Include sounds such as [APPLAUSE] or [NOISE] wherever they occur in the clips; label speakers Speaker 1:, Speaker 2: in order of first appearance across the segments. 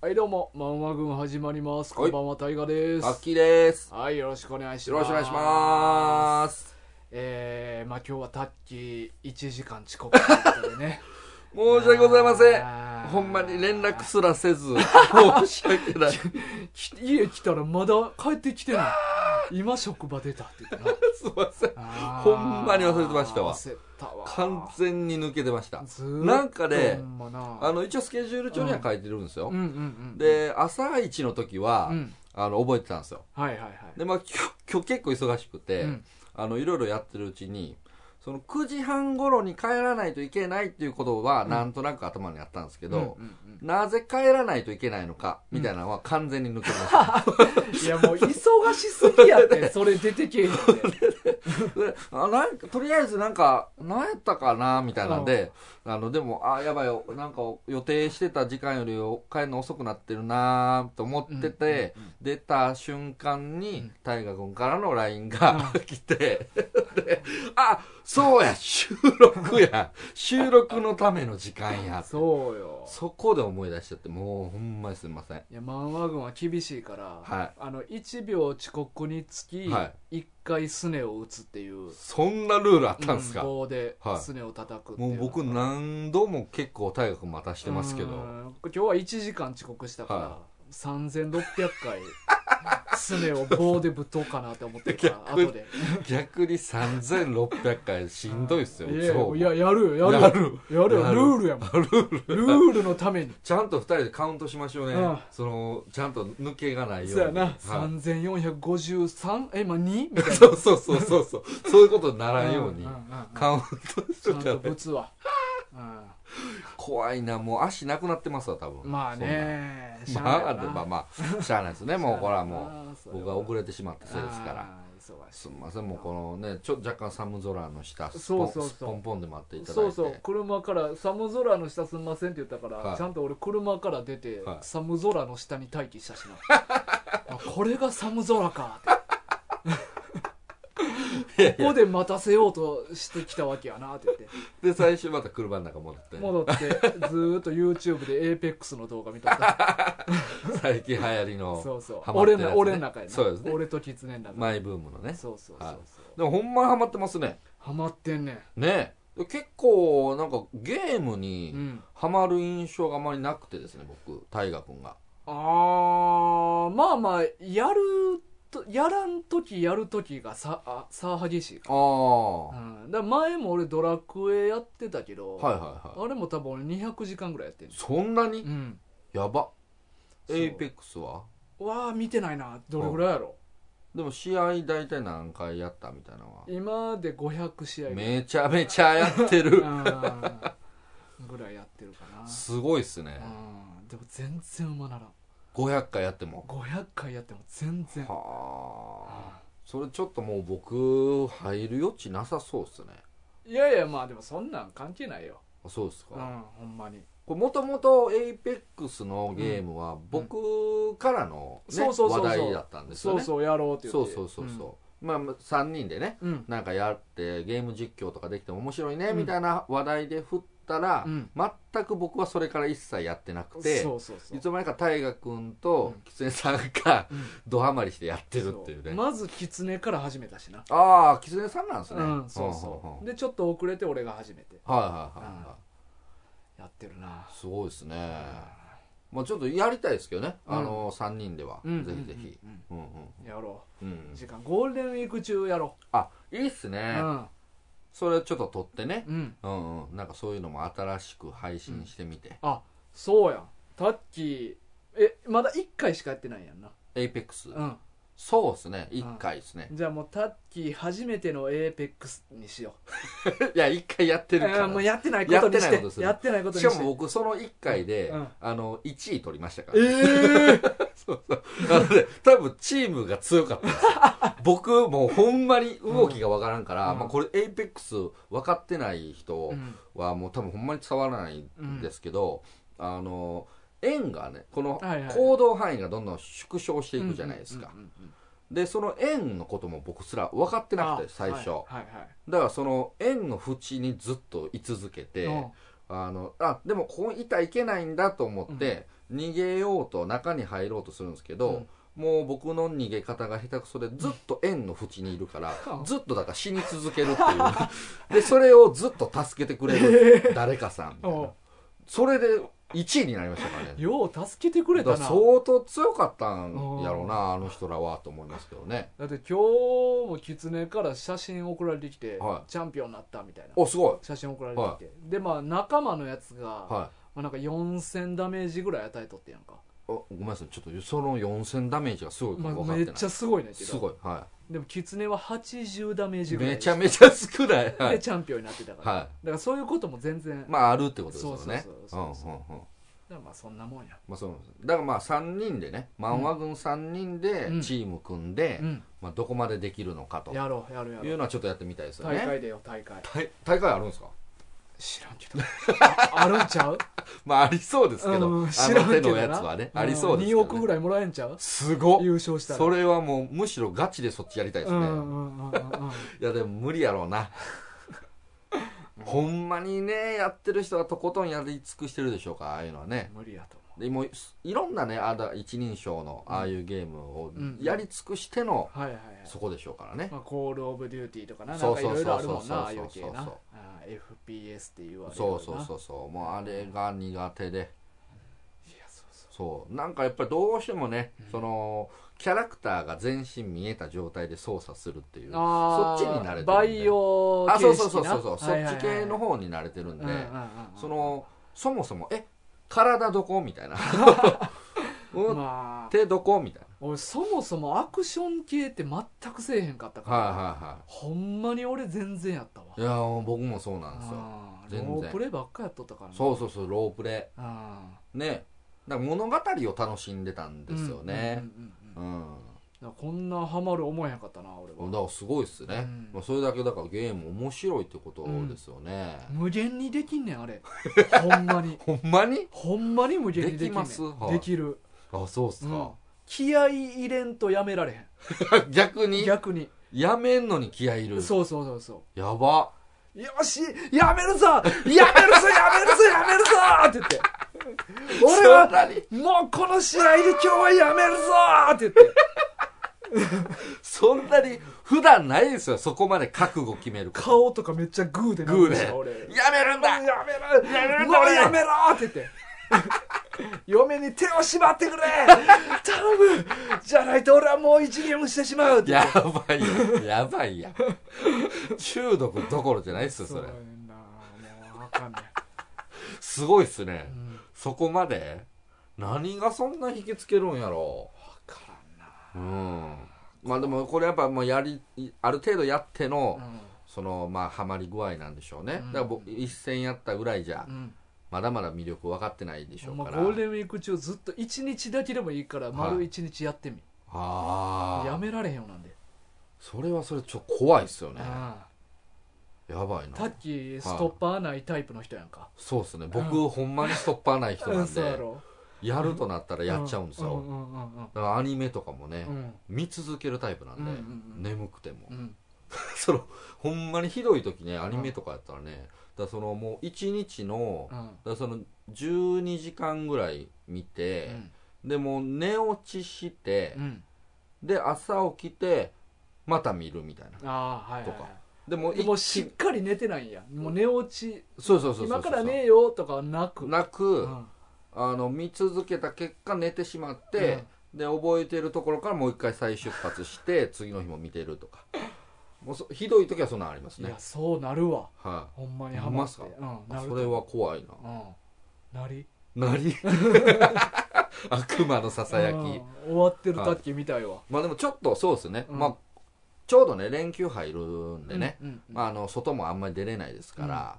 Speaker 1: はいどうも、マンマ軍始まります。
Speaker 2: は
Speaker 1: こ
Speaker 2: い
Speaker 1: んばんは、タイガです。
Speaker 2: アッキーです。
Speaker 1: はい、よろしくお願いします。
Speaker 2: よろしくお願いします。
Speaker 1: えー、まあ今日はタッキー1時間遅刻ということでね。
Speaker 2: [LAUGHS] 申し訳ございませ
Speaker 1: あー
Speaker 2: ん。ほんまに連絡すら
Speaker 1: [LAUGHS]
Speaker 2: せず、申し訳ない。す
Speaker 1: き家来たらまだ帰ってきてない。今職場出たって言って
Speaker 2: [LAUGHS]
Speaker 1: な。
Speaker 2: いません。
Speaker 1: あー
Speaker 2: ほんまに忘れてましたわ
Speaker 1: 忘れたわ。
Speaker 2: 完全に抜けてました。
Speaker 1: ずーっと
Speaker 2: なんかね
Speaker 1: ほんまな
Speaker 2: あの、一応スケジュール帳には書いてるんですよ
Speaker 1: うん。うんうん。、
Speaker 2: で、朝一の時は
Speaker 1: う、ん。
Speaker 2: あの、覚えてたんですよ。
Speaker 1: はいはいはい。
Speaker 2: で、まあ、きょ今日結構忙しくて、
Speaker 1: うん
Speaker 2: あの、いろいろやってるうちに、その9時半頃に帰らないといけないっていうことは、なんとなく頭にあったんですけど、
Speaker 1: うんうん
Speaker 2: なぜ帰らないといけないのか、みたいなのは完全に抜けてました。
Speaker 1: うんいやもう忙しすぎや
Speaker 2: [LAUGHS]
Speaker 1: って、それ出てけえへんって。
Speaker 2: であなんかとりあえずなんか何やったかなみたいなんで、あのでもあやばいよなんか予定してた時間よりお帰るの遅くなってるなと思ってて、出た瞬間に大河君からの LINE が来て、であそうや収録や収録のための時間や
Speaker 1: そうよ。
Speaker 2: そこで思い出しちゃってもうほんまにすみません
Speaker 1: いやマンワ軍は厳しいから、
Speaker 2: はい
Speaker 1: あの1秒遅刻につき
Speaker 2: は
Speaker 1: 1回すねを打つっていう、
Speaker 2: そんなルールあったんです
Speaker 1: う
Speaker 2: か、
Speaker 1: ん棒で
Speaker 2: はい
Speaker 1: すねを叩くってい
Speaker 2: もう
Speaker 1: うの
Speaker 2: 僕
Speaker 1: が
Speaker 2: 何度も結構大河君待たしてますけ
Speaker 1: う
Speaker 2: ど
Speaker 1: ん今日は1時間遅刻したから、
Speaker 2: は
Speaker 1: 3600回すねを棒でぶっとうかなって思ってるから
Speaker 2: [LAUGHS] 逆に
Speaker 1: 後で
Speaker 2: 逆に3600回しんどいっすよ
Speaker 1: い
Speaker 2: そう
Speaker 1: やいややるよやる
Speaker 2: や
Speaker 1: よやるよ
Speaker 2: る [LAUGHS] やる
Speaker 1: ルールやもんルールのために
Speaker 2: ちゃんと2人でカウントしましょうね、
Speaker 1: うん
Speaker 2: そのちゃんと抜けがないように
Speaker 1: そうやな、
Speaker 2: はい
Speaker 1: 3453え今 2? みたいな
Speaker 2: そうそうそうそうそうそういうことにならんように
Speaker 1: んんんん
Speaker 2: カウントし
Speaker 1: ち
Speaker 2: と
Speaker 1: ゃん
Speaker 2: った
Speaker 1: と
Speaker 2: ら
Speaker 1: ぶつわ、うん
Speaker 2: 怖いなもう足なくなってますわ多分
Speaker 1: まあね
Speaker 2: そんなまあで
Speaker 1: で
Speaker 2: まあまあしゃあないですねもうこれはも
Speaker 1: う
Speaker 2: う僕が遅れてしまったせいですから
Speaker 1: 忙し
Speaker 2: すみませんもうこのねちょっと若干寒空の下ス
Speaker 1: そ
Speaker 2: ポ
Speaker 1: う
Speaker 2: ン
Speaker 1: そうそう
Speaker 2: スポンポンで待ってい
Speaker 1: い
Speaker 2: ただいて
Speaker 1: そうそう車から「寒空の下すんません」って言ったから、
Speaker 2: はい
Speaker 1: ちゃんと俺車から出て、
Speaker 2: はい
Speaker 1: 寒空の下に待機したし
Speaker 2: [LAUGHS]
Speaker 1: なあこれが寒空かって
Speaker 2: いやい
Speaker 1: ここ
Speaker 2: や
Speaker 1: で待たせようとしてきたわけやなって
Speaker 2: [LAUGHS]
Speaker 1: 言って
Speaker 2: で最終また車の中戻って
Speaker 1: 戻ってずーっと YouTube で APEX の動画見とった
Speaker 2: 最近流行りの
Speaker 1: そうそう
Speaker 2: ハマって
Speaker 1: 俺
Speaker 2: るやつね
Speaker 1: の俺の中やな
Speaker 2: そうですね
Speaker 1: 俺と狐の中、
Speaker 2: マイブームのね
Speaker 1: そうそうそうそう、
Speaker 2: はいでもほんまにハマってますね
Speaker 1: ハマってんねん
Speaker 2: ねえ結構なんかゲーム
Speaker 1: う
Speaker 2: に
Speaker 1: ん
Speaker 2: ハマる印象があまりなくてですね僕大河君が
Speaker 1: あーまあまあやるとやらん時やる時がさあさあ激しいか
Speaker 2: ああは
Speaker 1: ら,、うん、だから前も俺ドラクエやってたけど、
Speaker 2: いはいはい
Speaker 1: あれも多分俺200時間ぐらいやってんね
Speaker 2: そんなに
Speaker 1: ん
Speaker 2: やば
Speaker 1: そう
Speaker 2: エイペックスは
Speaker 1: うんわあ見てないなどれぐらいやろ
Speaker 2: でも試合大体何回やったみたいなのは
Speaker 1: 今で500試合ぐらい
Speaker 2: めちゃめちゃやってる
Speaker 1: [LAUGHS] うんぐらいやってるかな
Speaker 2: すごいっすね
Speaker 1: うんでも全然馬ならん
Speaker 2: 500回やっても
Speaker 1: 500回やっても全然
Speaker 2: はあそれちょっともう僕入る余地なさそうっすね
Speaker 1: いやいやまあでもそんなん関係ないよ
Speaker 2: あそうですか、
Speaker 1: うんほんまに
Speaker 2: これもともと APEX のゲームは僕からの、ね
Speaker 1: そうそうそうそう
Speaker 2: 話題だったんですよ
Speaker 1: そう
Speaker 2: ね
Speaker 1: そうやろうって言
Speaker 2: そ
Speaker 1: っ
Speaker 2: う
Speaker 1: て
Speaker 2: そうそうそうまあまあ3人でね
Speaker 1: うん、うん
Speaker 2: なんかやってゲーム実況とかできても面白いね
Speaker 1: うん
Speaker 2: みたいな話題で振ったら、
Speaker 1: うん
Speaker 2: 全く僕はそれから一切やってなくて
Speaker 1: そうそうそう
Speaker 2: いつの間にか大河君と狐さんが
Speaker 1: うん
Speaker 2: ドハマりしてやってるっていうね、
Speaker 1: そまず狐から始めたしな
Speaker 2: ああ狐さんなんですね、
Speaker 1: うんそう
Speaker 2: ほんほん
Speaker 1: そ
Speaker 2: ほ
Speaker 1: うんでちょっと遅れて俺が始めて
Speaker 2: はいはいはい、はい
Speaker 1: やってるな
Speaker 2: すごいですね、まあ、ちょっとやりたいですけどね、
Speaker 1: うん
Speaker 2: あの3人では、
Speaker 1: うん
Speaker 2: ぜひぜひ、
Speaker 1: うん
Speaker 2: うんうん
Speaker 1: うんやろ
Speaker 2: うん
Speaker 1: う時間ゴールデンウィーク中やろ
Speaker 2: あいいっす
Speaker 1: うう
Speaker 2: ね、
Speaker 1: ん
Speaker 2: それちょっと撮ってね、
Speaker 1: うん
Speaker 2: うんうん、なんかそういうのも新しく配信してみて、
Speaker 1: あそうやんタッキーえまだ1回しかやってないやんな
Speaker 2: エイペックス
Speaker 1: うん
Speaker 2: そうっすね1回ですね、 [LAUGHS]
Speaker 1: じゃあもうタッキー初めてのエーペックスにしよ
Speaker 2: いや1回やって
Speaker 1: う
Speaker 2: るから
Speaker 1: あーもうやってないことに
Speaker 2: やってないこと
Speaker 1: し
Speaker 2: す
Speaker 1: て
Speaker 2: る
Speaker 1: やってないことに
Speaker 2: し
Speaker 1: して
Speaker 2: かも僕その1回で、
Speaker 1: うん
Speaker 2: あの1位取りましたから、 [LAUGHS]
Speaker 1: ええ
Speaker 2: そうそうなので多分チームが強かったです
Speaker 1: [LAUGHS]
Speaker 2: 僕もうほんまに動きがわからんから、
Speaker 1: うん
Speaker 2: まあ、これエイペックス分かってない人、はもう多分ほんまに伝わらないんですけど、あの円がねこの
Speaker 1: はいはい
Speaker 2: 行動範囲がどんどん縮小していくじゃないですか、
Speaker 1: うんうんうんうん
Speaker 2: でその円のことも僕すら分かってなくて
Speaker 1: あ
Speaker 2: 最初、
Speaker 1: はいはいはい
Speaker 2: だからその円の縁にずっと居続けて、
Speaker 1: うん
Speaker 2: あのあでもここにいたらいけないんだと思って、逃げようと中に入ろうとするんですけど、もう僕の逃げ方が下手くそでずっと円の縁にいるから、
Speaker 1: うん
Speaker 2: ずっとだから死に続けるっていうでそれをずっと助けてくれる [LAUGHS] 誰かさんみたいな
Speaker 1: うん
Speaker 2: それで1位になりましたからね
Speaker 1: よう助けてくれた
Speaker 2: だ
Speaker 1: な
Speaker 2: から相当強かったんやろうなあの人らはと思いますけどね
Speaker 1: だって今日もキツネから写真送られてきて、
Speaker 2: は
Speaker 1: チャンピオンになったみたいな
Speaker 2: おすごい
Speaker 1: 写真送られてきて、でまあ仲間のやつが、ま
Speaker 2: はい
Speaker 1: あ、なんか4000ダメージぐらい与えとってやんか、
Speaker 2: おごめんなさいちょっとその4000ダメージがすごいか
Speaker 1: ま
Speaker 2: 分か
Speaker 1: あ、
Speaker 2: っ
Speaker 1: め
Speaker 2: て
Speaker 1: っ
Speaker 2: ない
Speaker 1: ちゃすごいねんけど
Speaker 2: すごいは
Speaker 1: でもキツネは80ダメー
Speaker 2: い
Speaker 1: ジぐらい
Speaker 2: めちゃめちゃ少ないは
Speaker 1: で
Speaker 2: い、
Speaker 1: チャンピオンになってたから、
Speaker 2: は
Speaker 1: だからそういうことも全然、
Speaker 2: い、まああるってことですよね
Speaker 1: そう
Speaker 2: う
Speaker 1: そ
Speaker 2: んうん
Speaker 1: うそうそう
Speaker 2: うん
Speaker 1: だからまあそんなもんや、
Speaker 2: まあそうなんですだからまあ3人でね漫画軍3人で
Speaker 1: うん
Speaker 2: チーム組んで、
Speaker 1: うん、
Speaker 2: まあ、どこまでできるのかとい
Speaker 1: やろうやろうやろ
Speaker 2: う
Speaker 1: う
Speaker 2: のはちょっとやってみたいですよ
Speaker 1: 大
Speaker 2: ね
Speaker 1: 会でよ大会
Speaker 2: 大大会あるんですか
Speaker 1: 知らんけど [LAUGHS] ああるんち
Speaker 2: [LAUGHS]
Speaker 1: ゃう
Speaker 2: まあありそうですけど、
Speaker 1: うん
Speaker 2: あ
Speaker 1: 知らん
Speaker 2: の
Speaker 1: け
Speaker 2: 手
Speaker 1: ど
Speaker 2: の
Speaker 1: な
Speaker 2: やつはねありそうですけ
Speaker 1: 2
Speaker 2: ど、ね、
Speaker 1: 億ぐらいもらえんちゃう
Speaker 2: すごっ
Speaker 1: 優勝したら
Speaker 2: それはもうむしろガチでそっちやりたいです
Speaker 1: う
Speaker 2: ね、
Speaker 1: んうんうんうんうん
Speaker 2: いやでも無理やろうな [LAUGHS] ほんまにねやってる人はとことんやり尽くしてるでしょうかああいうのはね
Speaker 1: 無理やと思
Speaker 2: でもういろんなねあだ一人称のああいうゲームを
Speaker 1: うん
Speaker 2: やり尽くしての
Speaker 1: うはいはいはい
Speaker 2: そこでしょうからね、
Speaker 1: まあ、コール・オブ・デューティーとかなな
Speaker 2: そ
Speaker 1: ん
Speaker 2: う
Speaker 1: かい
Speaker 2: そう
Speaker 1: ろい
Speaker 2: そ
Speaker 1: う
Speaker 2: そう
Speaker 1: ろあるもんなああいう系
Speaker 2: そうそう
Speaker 1: な
Speaker 2: そう
Speaker 1: ああ FPS っていうあれやろ
Speaker 2: そ
Speaker 1: な
Speaker 2: うそうそうそうもうあれが苦手で
Speaker 1: いやそうそ
Speaker 2: そうなんかやっぱりどうしてもね、そのキャラクターが全身見えた状態で操作するっていう
Speaker 1: うああ
Speaker 2: そっちに慣れてるんで
Speaker 1: バイオ
Speaker 2: あそう
Speaker 1: 形式な
Speaker 2: そうそうそうそう、
Speaker 1: はいはいはい
Speaker 2: そっち系の方に慣れてるんで、
Speaker 1: うんうんうんうん
Speaker 2: そのそもそもえ体どこ
Speaker 1: [LAUGHS]
Speaker 2: みたいなうん
Speaker 1: まあ
Speaker 2: 手どこみたい
Speaker 1: 俺そもそもアクション系って全くせえへんかったか
Speaker 2: な
Speaker 1: ら、
Speaker 2: はいはいは
Speaker 1: ほんまに俺全然やったわ
Speaker 2: いいやー僕もそうなんですよ
Speaker 1: ああ
Speaker 2: 全然
Speaker 1: ロープレイばっかやっとったから
Speaker 2: そう
Speaker 1: う
Speaker 2: そうそうロープレ
Speaker 1: あ
Speaker 2: イねだから物語を楽しんでたん
Speaker 1: あ
Speaker 2: ですよ
Speaker 1: う
Speaker 2: ね
Speaker 1: んうんうんうんだ
Speaker 2: う
Speaker 1: から
Speaker 2: ん、
Speaker 1: こんなハマる思えへんかったな俺は
Speaker 2: だからすごいっすね、
Speaker 1: うん
Speaker 2: まあ、それだけだからゲーム面白いってことですよね、
Speaker 1: 無限にできんねんあれほんまに [LAUGHS]
Speaker 2: ほんまに
Speaker 1: ほんまに無限にできんねん
Speaker 2: できますはい
Speaker 1: できる、
Speaker 2: あそうっす
Speaker 1: うん
Speaker 2: か、
Speaker 1: 気合い入れんとやめられへ
Speaker 2: [LAUGHS] 逆
Speaker 1: ん
Speaker 2: に
Speaker 1: 逆に
Speaker 2: やめんのに気合いいる
Speaker 1: そうそうそうそ
Speaker 2: やば
Speaker 1: うよしやめるぞやめるぞやめるぞやめるぞって言
Speaker 2: [LAUGHS]
Speaker 1: って俺
Speaker 2: そんなに
Speaker 1: はもうこの試合で今日はやめるぞって言って
Speaker 2: そんなに普段ないですよそこまで覚悟決めること
Speaker 1: 顔とかめっちゃグーで殴
Speaker 2: グー
Speaker 1: る
Speaker 2: で
Speaker 1: し俺
Speaker 2: やめるんだ
Speaker 1: やめろ
Speaker 2: やめろ
Speaker 1: もうやめろって言って [LAUGHS] 嫁に手を縛ってくれ頼むじゃないと俺はもう一ゲームしてしまうって
Speaker 2: やばいややばいや中毒どころじゃないっすよそれ
Speaker 1: そうやんなもうあかんね
Speaker 2: すごいっすね、
Speaker 1: ん、うん、
Speaker 2: そこまで何がそんな引きつけるんやろ
Speaker 1: 分から
Speaker 2: ううんまあでもこれやっぱもうやりある程度やっての、
Speaker 1: んな
Speaker 2: そのまあハマり具合なんでしょうね、
Speaker 1: うん
Speaker 2: だから僕一戦やったぐらいじゃ
Speaker 1: うん、うん
Speaker 2: まだまだ魅力分かってないでしょう
Speaker 1: ま
Speaker 2: か
Speaker 1: あ、
Speaker 2: ら、
Speaker 1: ゴールデンウィーク中ずっと一日だけでもいいから丸一日やってみ、
Speaker 2: ああ
Speaker 1: やめられへんようなんで、
Speaker 2: それはそれちょっと怖いっすよね
Speaker 1: あ
Speaker 2: やばい
Speaker 1: あタ
Speaker 2: な
Speaker 1: ッキーストッパーないタイプの人やんか、
Speaker 2: そうっすね僕、ほんまにストッパーない人
Speaker 1: う
Speaker 2: なん
Speaker 1: [LAUGHS]
Speaker 2: ん
Speaker 1: そうや
Speaker 2: で
Speaker 1: ろ
Speaker 2: やるとなったらやっちゃうんですよ、
Speaker 1: うんうんうんうん
Speaker 2: だからアニメとかもね、
Speaker 1: うん
Speaker 2: 見続けるタイプなんで、
Speaker 1: うんうんうん
Speaker 2: 眠くても、 [LAUGHS]
Speaker 1: うん
Speaker 2: そのほんまにひどい時ねアニメとかやったらね、だからそのもう1日
Speaker 1: う
Speaker 2: の、だか
Speaker 1: ん
Speaker 2: らその12時間ぐらい見て、でもう寝落ちして
Speaker 1: う、ん
Speaker 2: で朝起きてまた見るみたいな
Speaker 1: ああはいはい、
Speaker 2: と
Speaker 1: は
Speaker 2: か
Speaker 1: い
Speaker 2: でも
Speaker 1: でもしっかり寝てないんやもう寝落ち
Speaker 2: そうそうそうそうそ
Speaker 1: 今
Speaker 2: う
Speaker 1: からねえよとかはなく
Speaker 2: なく、
Speaker 1: うん
Speaker 2: あの見続けた結果寝てしまって、で覚えてるところからもう一回再出発して
Speaker 1: [LAUGHS]
Speaker 2: 次の日も見てるとかもうそひどい時はそんなんあります
Speaker 1: い
Speaker 2: ね
Speaker 1: やそうなるわ
Speaker 2: は
Speaker 1: ほんまにハマって
Speaker 2: ほ
Speaker 1: う
Speaker 2: ん
Speaker 1: ん
Speaker 2: い、
Speaker 1: なる
Speaker 2: それは怖
Speaker 1: う
Speaker 2: い
Speaker 1: んなり
Speaker 2: ななり [LAUGHS] 悪魔のささやき、
Speaker 1: うん終わってるタッキーみたいわ
Speaker 2: まあでもちょっとそうですね、
Speaker 1: うん
Speaker 2: まあちょうどね連休入るんでね、
Speaker 1: うんうんうん
Speaker 2: まあ、あの外もあんまり出れないですから、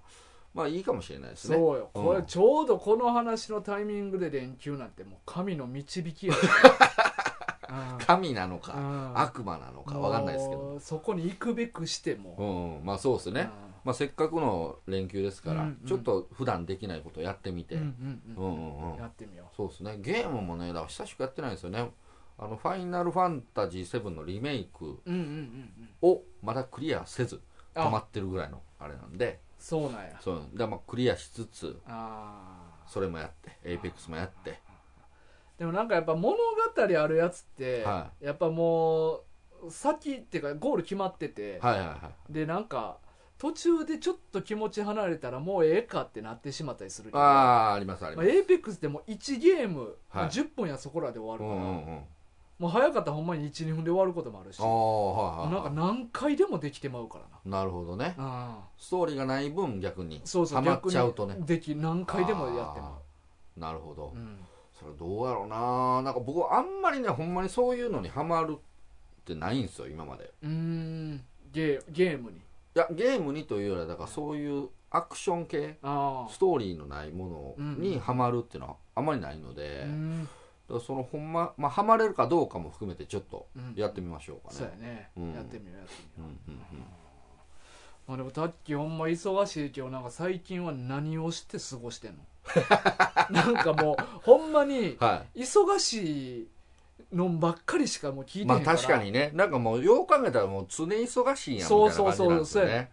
Speaker 2: まあいいかもしれないですね
Speaker 1: そうよ
Speaker 2: うん
Speaker 1: これちょうどこの話のタイミングで連休なんてもう神の導きやうん
Speaker 2: 神なのか、
Speaker 1: うん
Speaker 2: 悪魔なのかわかんないですけど
Speaker 1: もうそこに行くべくしても
Speaker 2: うん、うん、まあそうですね、まあ、せっかくの連休ですから、
Speaker 1: うんうん
Speaker 2: ちょっと普段できないことやってみて、
Speaker 1: う
Speaker 2: うんん
Speaker 1: うんう
Speaker 2: う
Speaker 1: ん
Speaker 2: んうん
Speaker 1: やってみよ
Speaker 2: そうですねゲームもねだから久しくやってないんですよねあの「ファイナルファンタジー7」のリメイク
Speaker 1: ううんうんうんうん
Speaker 2: をまだクリアせず
Speaker 1: あ
Speaker 2: 止まってるぐらいのあれなんで
Speaker 1: そうなんや
Speaker 2: そうだからまあクリアしつつ
Speaker 1: ああ
Speaker 2: それもやってエイペックスもやって
Speaker 1: でもなんかやっぱ物語あるやつって、
Speaker 2: は
Speaker 1: やっぱもう先っていうかゴール決まってて、
Speaker 2: はいはいはい
Speaker 1: でなんか途中でちょっと気持ち離れたらもうええかってなってしまったりする
Speaker 2: ああありますあり
Speaker 1: ま
Speaker 2: ま
Speaker 1: あ、
Speaker 2: す、
Speaker 1: エイペックスでも1ゲーム、
Speaker 2: はい
Speaker 1: 10分やそこらで終
Speaker 2: う
Speaker 1: わ
Speaker 2: ん
Speaker 1: る
Speaker 2: う
Speaker 1: から、
Speaker 2: んうん
Speaker 1: もう早かったらほんまに12分で終わることもあるし
Speaker 2: ああはい
Speaker 1: な
Speaker 2: は
Speaker 1: ん
Speaker 2: い
Speaker 1: か
Speaker 2: は
Speaker 1: 何回でもできてまうから
Speaker 2: いなるほどね
Speaker 1: な、
Speaker 2: ストーリーがない分逆に
Speaker 1: うん、そうそう
Speaker 2: ハマっちゃうとね
Speaker 1: 逆にでき何回でもやってま
Speaker 2: あーなるほど、
Speaker 1: う、うん、
Speaker 2: それどうやろうななんか僕はあんまりねほんまにそういうのにハマるってないんですよ今まで
Speaker 1: うーんゲーゲームに
Speaker 2: いやゲームにというよりはだからそういうアクション系
Speaker 1: ああ
Speaker 2: ストーリーのないもの
Speaker 1: うんう
Speaker 2: に
Speaker 1: ん
Speaker 2: ハマるっていうのはあまりないの
Speaker 1: う
Speaker 2: で、だ
Speaker 1: ん
Speaker 2: からそのほんま、まあ、ハマれるかどうかも含めてちょっと
Speaker 1: うん
Speaker 2: やってみましょうか
Speaker 1: そうや、
Speaker 2: ね
Speaker 1: ね、
Speaker 2: うん
Speaker 1: やってみようやってみよう
Speaker 2: うんうんうん
Speaker 1: まあでもタッキーほんま忙しいけどなんか最近は何をして過ご
Speaker 2: [LAUGHS]
Speaker 1: してんのなんかもうほんまに
Speaker 2: は
Speaker 1: 忙しいのばっかりしかもう聞い
Speaker 2: い、
Speaker 1: て
Speaker 2: ま
Speaker 1: へ
Speaker 2: あ
Speaker 1: んから、
Speaker 2: 確かにねなんかもうよう考えたらもう常忙しいやんみたいな感じなん
Speaker 1: そう
Speaker 2: です
Speaker 1: そうそうそ
Speaker 2: よ
Speaker 1: うや
Speaker 2: ね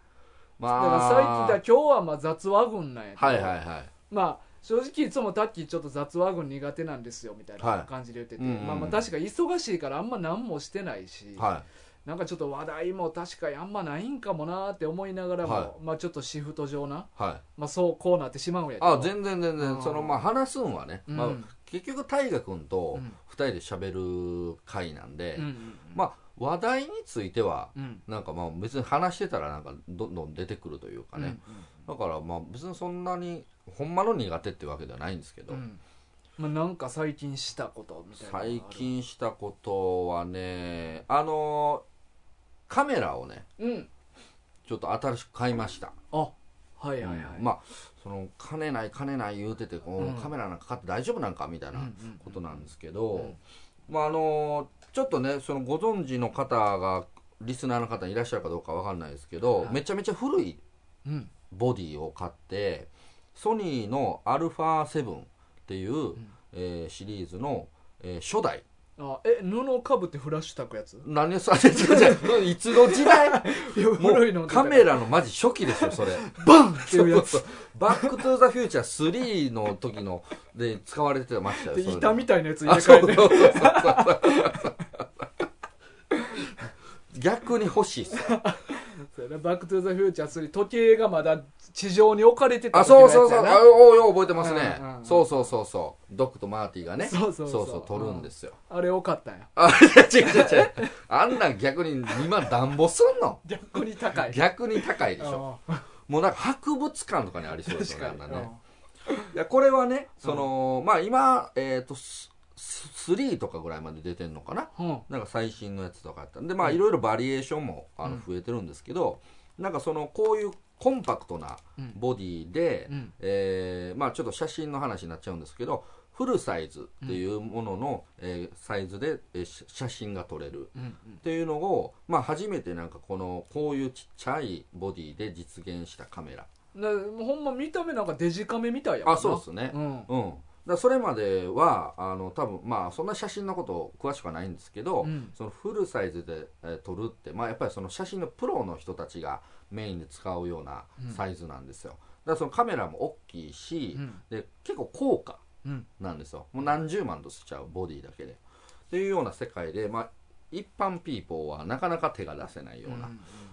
Speaker 2: ま
Speaker 1: だ
Speaker 2: あ
Speaker 1: から最近だ今日はまあ雑話群なんやけど、
Speaker 2: はいはいはい
Speaker 1: まあ正直いつもタッキーちょっと雑話群苦手なんですよみたい
Speaker 2: は
Speaker 1: ない感じで言ってて、
Speaker 2: うんうん
Speaker 1: まあまあ確か忙しいからあんま何もしてないし、
Speaker 2: は
Speaker 1: なんかちょっと話題も確かにあんまないんかもなーって思いながらも、
Speaker 2: は
Speaker 1: まあちょっとシフト上な、
Speaker 2: いはい
Speaker 1: まあ、そうこうなってしまうんやけど
Speaker 2: あ全然全
Speaker 1: うん
Speaker 2: 然そのまあ話すんはね、
Speaker 1: うん
Speaker 2: まあ、結局大河君と
Speaker 1: うん
Speaker 2: 2人で喋る回なんで、
Speaker 1: うんうん
Speaker 2: まあ話題については
Speaker 1: うん、うん
Speaker 2: なんかまあ別に話してたらなんかどんどん出てくるというかね、だからまあ別にそんなにほんまの苦手ってわけではないんですけ
Speaker 1: う
Speaker 2: ど、
Speaker 1: んうんまあ、なんか最近したことみたいなのがある
Speaker 2: 最近したことはねあのカメラをね
Speaker 1: うん
Speaker 2: ちょっと新しく買いました、
Speaker 1: あはいはいはい、
Speaker 2: うんまあその金ない金ない言うててこう、
Speaker 1: うん
Speaker 2: カメラなんか買って大丈夫なんかみたいな
Speaker 1: うんうんうん
Speaker 2: ことなんですけど、
Speaker 1: うん
Speaker 2: まああのちょっとねそのご存知の方がリスナーの方にいらっしゃるかどうかわかんないですけど、
Speaker 1: はい
Speaker 2: めちゃめちゃ古い
Speaker 1: うん
Speaker 2: ボディを買ってソニーの α7 っていう、えーシリーズの、えー初代
Speaker 1: あえ布かぶってフラッシュ炊くや
Speaker 2: [LAUGHS]
Speaker 1: つ
Speaker 2: 何をされて
Speaker 1: [LAUGHS]
Speaker 2: るいつの時代も
Speaker 1: 古いの
Speaker 2: う [LAUGHS] カメラのマジ初期ですよそれ
Speaker 1: バンっていうやつ
Speaker 2: そうそうバック・トゥ・ザ・フューチャー3の時ので使われてましたよ
Speaker 1: で
Speaker 2: それ
Speaker 1: 板みたいなやつ入れ
Speaker 2: あそ
Speaker 1: 替え
Speaker 2: うそう
Speaker 1: て
Speaker 2: そうそう
Speaker 1: [LAUGHS]
Speaker 2: そう逆に欲しいっす
Speaker 1: そう [LAUGHS] やなバック・トゥ・ザ・フューチャー3時計がまだ地上に置かれてた
Speaker 2: あ
Speaker 1: 時の
Speaker 2: そ
Speaker 1: や
Speaker 2: う
Speaker 1: つや
Speaker 2: そうそう
Speaker 1: な
Speaker 2: あおうよう覚えてますね、
Speaker 1: うんうんうん
Speaker 2: そうそうそうそうドックとマーティがね
Speaker 1: そうそうそう
Speaker 2: そう取るんですよ、
Speaker 1: あれ多かったんや
Speaker 2: あ違う違う違うあんなん逆に今暖房すんの
Speaker 1: 逆に高い
Speaker 2: 逆に高いでしょ
Speaker 1: あ
Speaker 2: もうなんか博物館とかにありそうです
Speaker 1: 確
Speaker 2: よね
Speaker 1: か
Speaker 2: あん
Speaker 1: に
Speaker 2: な
Speaker 1: う
Speaker 2: ね
Speaker 1: ん
Speaker 2: いやこれはねその、まあ今えっ、とスス3とかぐらいまで出てんのかな
Speaker 1: うん
Speaker 2: なんか最新のやつとかあったんでまあいろいろバリエーションもあ
Speaker 1: う
Speaker 2: の
Speaker 1: ん
Speaker 2: 増えてるんですけど、なんかそのこういうコンパクトな
Speaker 1: うん
Speaker 2: ボディで、
Speaker 1: うん
Speaker 2: えーまあちょっと写真の話になっちゃうんですけどフルサイズっていうものの、えーサイズで、えーし写真が撮れる
Speaker 1: うん
Speaker 2: っていうのを、まあ、初めてなんかこのこういうちっちゃいボディで実現したカメラ
Speaker 1: うんなほんま見た目なんかデジカメみたいやもん
Speaker 2: あ
Speaker 1: な
Speaker 2: そうですね
Speaker 1: うん
Speaker 2: うん、だからそれまではあの多分まあそんな写真のこと詳しくはないんですけど、
Speaker 1: うん
Speaker 2: そのフルサイズで、えー撮るって、まあ、やっぱりその写真のプロの人たちがメインで使うようなサイズなんですよ、だからそのカメラも大きいし、
Speaker 1: うん
Speaker 2: で結構高価
Speaker 1: うん
Speaker 2: なんですよもう何十万としちゃうボディだけでっていうような世界で、まあ、一般ピーポーはなかなか手が出せないような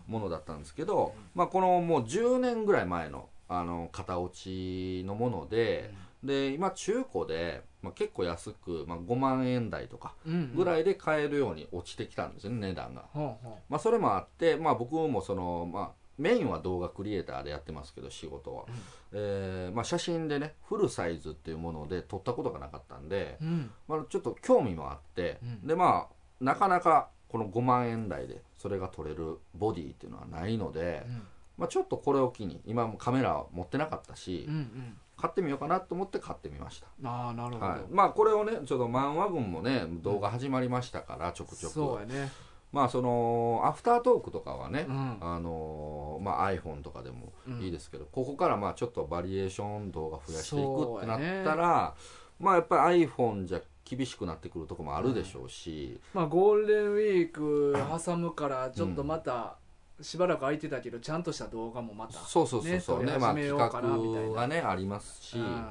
Speaker 2: ものだったんですけど、まあ、このもう10年ぐらい前のあの型落ちのもので、で今中古で、まあ、結構安く、まあ、5万円台とか
Speaker 1: うん
Speaker 2: ぐら
Speaker 1: い
Speaker 2: いで買えるように落ちてきたんですよね値段が、
Speaker 1: ほんほん
Speaker 2: まあ、それもあって、まあ、僕もその、まあ、メインは動画クリエイターでやってますけど仕事は、
Speaker 1: うん
Speaker 2: えーまあ、写真でねフルサイズっていうもので撮ったことがなかったんで、
Speaker 1: うん
Speaker 2: まあ、ちょっと興味もあって、
Speaker 1: うん
Speaker 2: でまあなかなかこの5万円台でそれが撮れるボディっていうのはないので、
Speaker 1: うん
Speaker 2: まあ、ちょっとこれを機に今もカメラ持ってなかったし、
Speaker 1: うんうん
Speaker 2: 買ってみようかなと思って買ってみました
Speaker 1: ああなるほど、
Speaker 2: はい、まあこれをねちょっと漫画群もね動画始まりましたから、ちょくちょく
Speaker 1: そうやね、
Speaker 2: まあそのアフタートークとかはね、
Speaker 1: うん
Speaker 2: あのーまあ、iPhone とかでも
Speaker 1: うん
Speaker 2: いいですけど、ここからまあちょっとバリエーション動画増やしていくってなっ
Speaker 1: そうやね
Speaker 2: たら、まあやっぱり iPhone じゃ厳しくなってくるとこもあるでしょうし、
Speaker 1: まあ、ゴールデンウィーク挟むからちょっとまた、しばらく空いてたけどちゃんとした動画もまた
Speaker 2: そうそうそうそうね
Speaker 1: ね
Speaker 2: まあ
Speaker 1: 撮り始め
Speaker 2: 企
Speaker 1: ようかな
Speaker 2: 画がねありますし、
Speaker 1: うん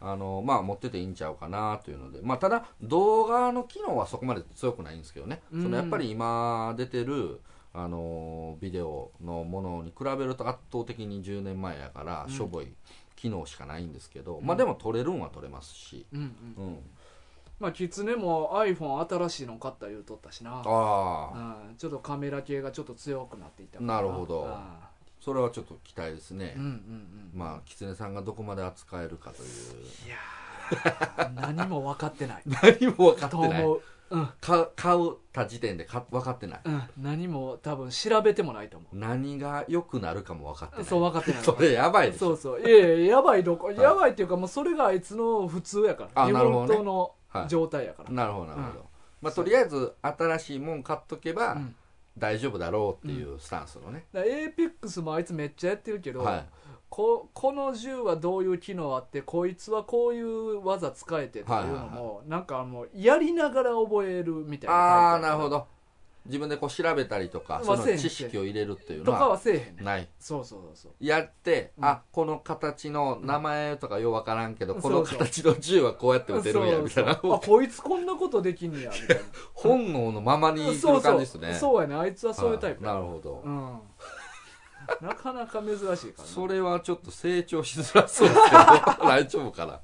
Speaker 2: あのまあ持ってていいんちゃうかなというのでまあただ動画の機能はそこまで強くないんですけどね、
Speaker 1: うん
Speaker 2: そのやっぱり今出てるあのビデオのものに比べると圧倒的に10年前やから
Speaker 1: うん
Speaker 2: しょぼい機能しかないんですけど、
Speaker 1: うん
Speaker 2: まあでも撮れるんは撮れますし、
Speaker 1: うんうん
Speaker 2: うん
Speaker 1: まあキツネも iPhone 新しいの買った言うとったしな
Speaker 2: ああ
Speaker 1: うんちょっとカメラ系がちょっと強くなっていたから
Speaker 2: なるほど
Speaker 1: あ
Speaker 2: それはちょっと期待ですね
Speaker 1: ー、うんうんうん
Speaker 2: まあ狐さんがどこまで扱えるかという [LAUGHS]
Speaker 1: いやー何も分かってない
Speaker 2: 何も分かって
Speaker 1: と
Speaker 2: ない
Speaker 1: 思ううん
Speaker 2: か買うた時点でか分かってない
Speaker 1: うん何も多分調べてもないと思
Speaker 2: 何が良くなるかも分かってな
Speaker 1: う
Speaker 2: い
Speaker 1: そう分かってない
Speaker 2: それやばいです
Speaker 1: そうそういやいややばいどこ
Speaker 2: い
Speaker 1: やばいっていうかもうそれがあいつの普通やから
Speaker 2: あ
Speaker 1: デ
Speaker 2: な
Speaker 1: フ
Speaker 2: る
Speaker 1: ォ
Speaker 2: ほ
Speaker 1: ル
Speaker 2: どね
Speaker 1: トの
Speaker 2: はい
Speaker 1: 状態やから、
Speaker 2: なるほどなるほど、まあ
Speaker 1: そ
Speaker 2: と
Speaker 1: う
Speaker 2: りあえず新しいもん買っとけば
Speaker 1: うん
Speaker 2: 大丈夫だろうっていうスタンスのね、
Speaker 1: だから APEX もあいつめっちゃやってるけど、
Speaker 2: はい
Speaker 1: ここの銃はどういう機能あってこいつはこういう技使えてっていうのも、
Speaker 2: はいは
Speaker 1: なんかもうやりながら覚えるみたいな
Speaker 2: ああなる
Speaker 1: ど
Speaker 2: ほど自分でこう調べたりとか
Speaker 1: ま
Speaker 2: そ
Speaker 1: あ
Speaker 2: の
Speaker 1: せえへん
Speaker 2: 知識を入れるっていうの
Speaker 1: とか
Speaker 2: は
Speaker 1: はせえへんね
Speaker 2: ない
Speaker 1: そうそうそう
Speaker 2: やって、
Speaker 1: うん
Speaker 2: あこの形の名前とかよう分からんけど、
Speaker 1: うん
Speaker 2: この形の銃はこうやって
Speaker 1: そう
Speaker 2: 撃てるんやみたいな
Speaker 1: そうそうあこいつこんなことできんねやみたいな
Speaker 2: 本能のままに [LAUGHS] いく
Speaker 1: そう
Speaker 2: 感
Speaker 1: そ
Speaker 2: じ
Speaker 1: う
Speaker 2: ですね
Speaker 1: そうやねあいつはそういうタイプ
Speaker 2: は
Speaker 1: や
Speaker 2: いなるほど、
Speaker 1: うんなかなか珍しいから
Speaker 2: そ
Speaker 1: な
Speaker 2: れはちょっと成長しづらそうですけ
Speaker 1: [LAUGHS]
Speaker 2: ど大丈夫かな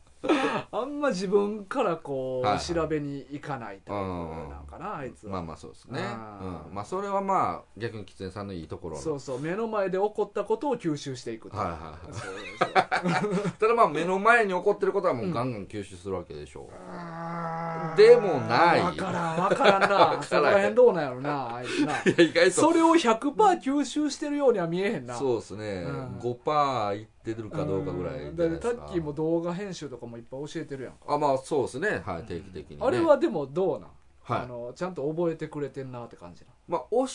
Speaker 1: あんま自分からこ
Speaker 2: はいは
Speaker 1: う
Speaker 2: い
Speaker 1: 調べに行かないタイプなんかなあいつ
Speaker 2: まあ
Speaker 1: は
Speaker 2: まあそうですね、
Speaker 1: あー
Speaker 2: うん、まあそれはまあ逆に狐さんのいいところの
Speaker 1: そうそう目の前で起こったことを吸収していくと
Speaker 2: はいはいはい
Speaker 1: そうそう
Speaker 2: ただまあ目の前に起こってることはもうガンガン吸収するわけでしょう、で
Speaker 1: で
Speaker 2: もない
Speaker 1: わからんわから
Speaker 2: [LAUGHS]
Speaker 1: んなそこら辺どうなんやろなあいつない
Speaker 2: や意外と
Speaker 1: それを100%吸収してるようには見えへんな
Speaker 2: そうですね、
Speaker 1: うん
Speaker 2: 5%いってるかどうかぐらい
Speaker 1: うん
Speaker 2: じゃ
Speaker 1: だっ
Speaker 2: ない
Speaker 1: て
Speaker 2: です
Speaker 1: タ
Speaker 2: か
Speaker 1: ッキーも動画編集とかもいっぱい教えてるやん
Speaker 2: あまあそうですねはい定期的に、ね
Speaker 1: あれはでもどうなん
Speaker 2: はい
Speaker 1: あのちゃんと覚えてくれてんなって感じ
Speaker 2: まあ教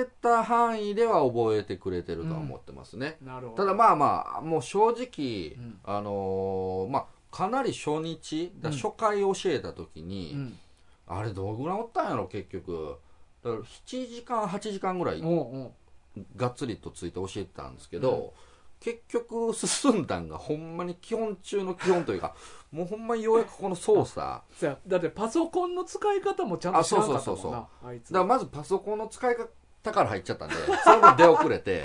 Speaker 2: えた範囲では覚えてくれてるとは思ってますね、
Speaker 1: ななるほど
Speaker 2: ただまあまあもう正直、
Speaker 1: うん
Speaker 2: あのーまあかなり初日だ
Speaker 1: うん
Speaker 2: 初回教えた時に、
Speaker 1: うん
Speaker 2: あれどうぐらいおったんやろ結局だから7時間8時間ぐらい
Speaker 1: おうおう
Speaker 2: がっつりとついて教えてたんですけど、結局進んだんがほんまに基本中の基本というか [LAUGHS] もうほんまにようやくこの操作だか
Speaker 1: そやだってパソコンの使い方もちゃんと知らなかった
Speaker 2: あそう
Speaker 1: もん
Speaker 2: そうそう
Speaker 1: なあいつ
Speaker 2: らまずパソコンの使い方から入っちゃったんでそれも出遅れ
Speaker 1: [LAUGHS]
Speaker 2: て
Speaker 1: い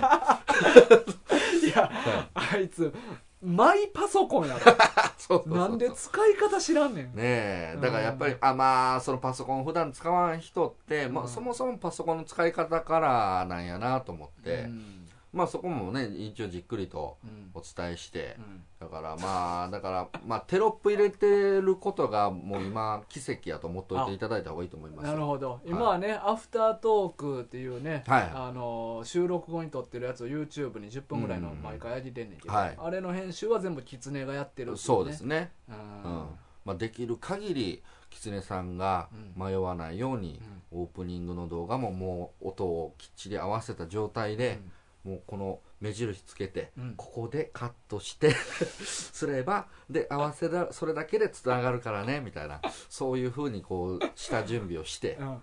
Speaker 1: やあいつマイパソコンやろ
Speaker 2: [LAUGHS] そうそうそう
Speaker 1: なんで
Speaker 2: ね
Speaker 1: 使い方知らんねん
Speaker 2: えだからやっぱり、あまあそのパソコン普段使わん人って、ま
Speaker 1: う
Speaker 2: あ、
Speaker 1: ん
Speaker 2: そもそもパソコンの使い方からなんやなと思って、
Speaker 1: うん
Speaker 2: まあそこもね一応じっくりと
Speaker 1: うん
Speaker 2: お伝えして
Speaker 1: う、ん
Speaker 2: だからまあだからまあテロップ入れてることがもう今奇跡やと思っておいていただいた方がいいと思います
Speaker 1: なる
Speaker 2: は
Speaker 1: ほど今はね、アフタートークっていうね、
Speaker 2: はい
Speaker 1: あのー収録後に撮ってるやつを YouTube に10分ぐらいの
Speaker 2: うん
Speaker 1: 毎回上げてんねんけど、
Speaker 2: はい
Speaker 1: あれの編集は全部キツネがやってるっていね、
Speaker 2: そうですね、
Speaker 1: う
Speaker 2: うん
Speaker 1: ん、
Speaker 2: まあ、できる限り狐さんが
Speaker 1: うん
Speaker 2: 迷わないように、オープニングの動画ももう音をきっちり合わせた状態で、もうこの目印つけて、
Speaker 1: うん
Speaker 2: ここでカットして [LAUGHS] すればで合わせだそれだけでつながるからねみたいなそういうふうにこう下準備をして
Speaker 1: うんうん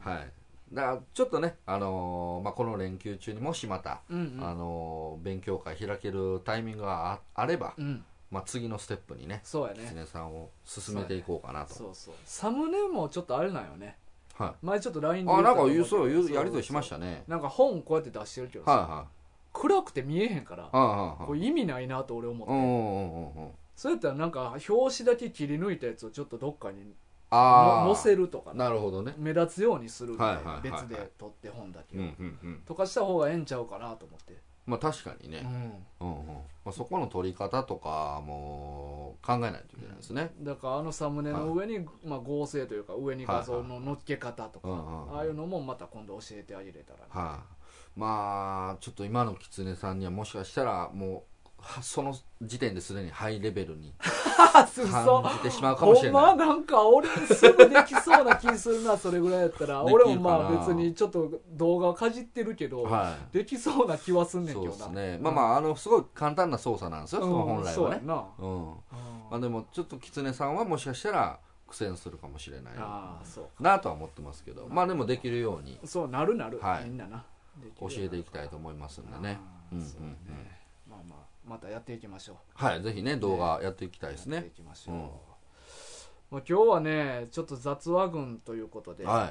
Speaker 2: はい、だからちょっとね、あのーまあ、この連休中にもしまた、
Speaker 1: うんうん
Speaker 2: あのー勉強会開けるタイミングがああれば、
Speaker 1: うんうん
Speaker 2: まあ、次のステップにね
Speaker 1: そうや
Speaker 2: 狐
Speaker 1: ね
Speaker 2: さんを進めていこうかなと、
Speaker 1: そうそうサムネもちょっとあれなんよね
Speaker 2: は
Speaker 1: 前ちょっと LINE で
Speaker 2: い、
Speaker 1: 言
Speaker 2: あ
Speaker 1: った
Speaker 2: なん
Speaker 1: と
Speaker 2: か
Speaker 1: 思
Speaker 2: 言うそう言
Speaker 1: け
Speaker 2: う
Speaker 1: ど
Speaker 2: やり取りしましたね
Speaker 1: なんか本こうやって出してるけどさ、
Speaker 2: はいは
Speaker 1: 暗くて見えへんから
Speaker 2: いはい
Speaker 1: こ
Speaker 2: はいは
Speaker 1: れ
Speaker 2: い
Speaker 1: 意味ないなと俺思って、
Speaker 2: うんうんうんうんうん
Speaker 1: そうやったらなんか表紙だけ切り抜いたやつをちょっとどっかに
Speaker 2: あ
Speaker 1: の
Speaker 2: あ
Speaker 1: 載せるとかね
Speaker 2: なるほどね
Speaker 1: 目立つようにするみたいな
Speaker 2: はいはいはいはい
Speaker 1: 別で取って本だけ
Speaker 2: う
Speaker 1: を、
Speaker 2: んうんうん
Speaker 1: とかした方がええんちゃうかなと思って、
Speaker 2: まあ確かに
Speaker 1: う
Speaker 2: ね、
Speaker 1: ん
Speaker 2: うんうんまあ、そこの取り方とかも考えないといけないですね、
Speaker 1: だからあのサムネの上に、まあ、合成というか上に画像の乗っけ方とか、
Speaker 2: はいはいうんうんうん
Speaker 1: ああいうのもまた今度教えてあげれたらね、
Speaker 2: はい、まあちょっと今の狐さんにはもしかしたらもうはその時点ですでにハイレベルに
Speaker 1: あす
Speaker 2: 感じてしまうかもし
Speaker 1: ほ
Speaker 2: れ
Speaker 1: ん
Speaker 2: な
Speaker 1: ま
Speaker 2: い
Speaker 1: なんか俺すぐできそうな気するなそれぐらいやったら
Speaker 2: できる
Speaker 1: 俺
Speaker 2: かな
Speaker 1: もまあ別にちょっと動画をかじってるけど、
Speaker 2: は
Speaker 1: できそうな気はすん
Speaker 2: い
Speaker 1: ねん
Speaker 2: そ
Speaker 1: け
Speaker 2: う
Speaker 1: ど
Speaker 2: で
Speaker 1: な
Speaker 2: すねまあまああのすごい簡単な操作なんですよ、
Speaker 1: うん
Speaker 2: その本来
Speaker 1: そう
Speaker 2: は
Speaker 1: や
Speaker 2: ね
Speaker 1: な、
Speaker 2: うんま
Speaker 1: う
Speaker 2: あ
Speaker 1: ん
Speaker 2: でもちょっと狐さんはもしかしたら苦戦するかもしれない
Speaker 1: ああそう
Speaker 2: なとは思ってますけどまあでもできるように
Speaker 1: そうなるなる、
Speaker 2: はい
Speaker 1: みんななできるよ
Speaker 2: 教
Speaker 1: うに
Speaker 2: えていきたいと思いますんでね。
Speaker 1: う
Speaker 2: うん
Speaker 1: ん
Speaker 2: うんうん
Speaker 1: そうねまあまあまたやっていきましょう
Speaker 2: はい、ぜひね、動画やっていきたいです
Speaker 1: やって
Speaker 2: ね
Speaker 1: い。きましょう、
Speaker 2: うん
Speaker 1: まあ、今日はねちょっと雑話群ということで、
Speaker 2: は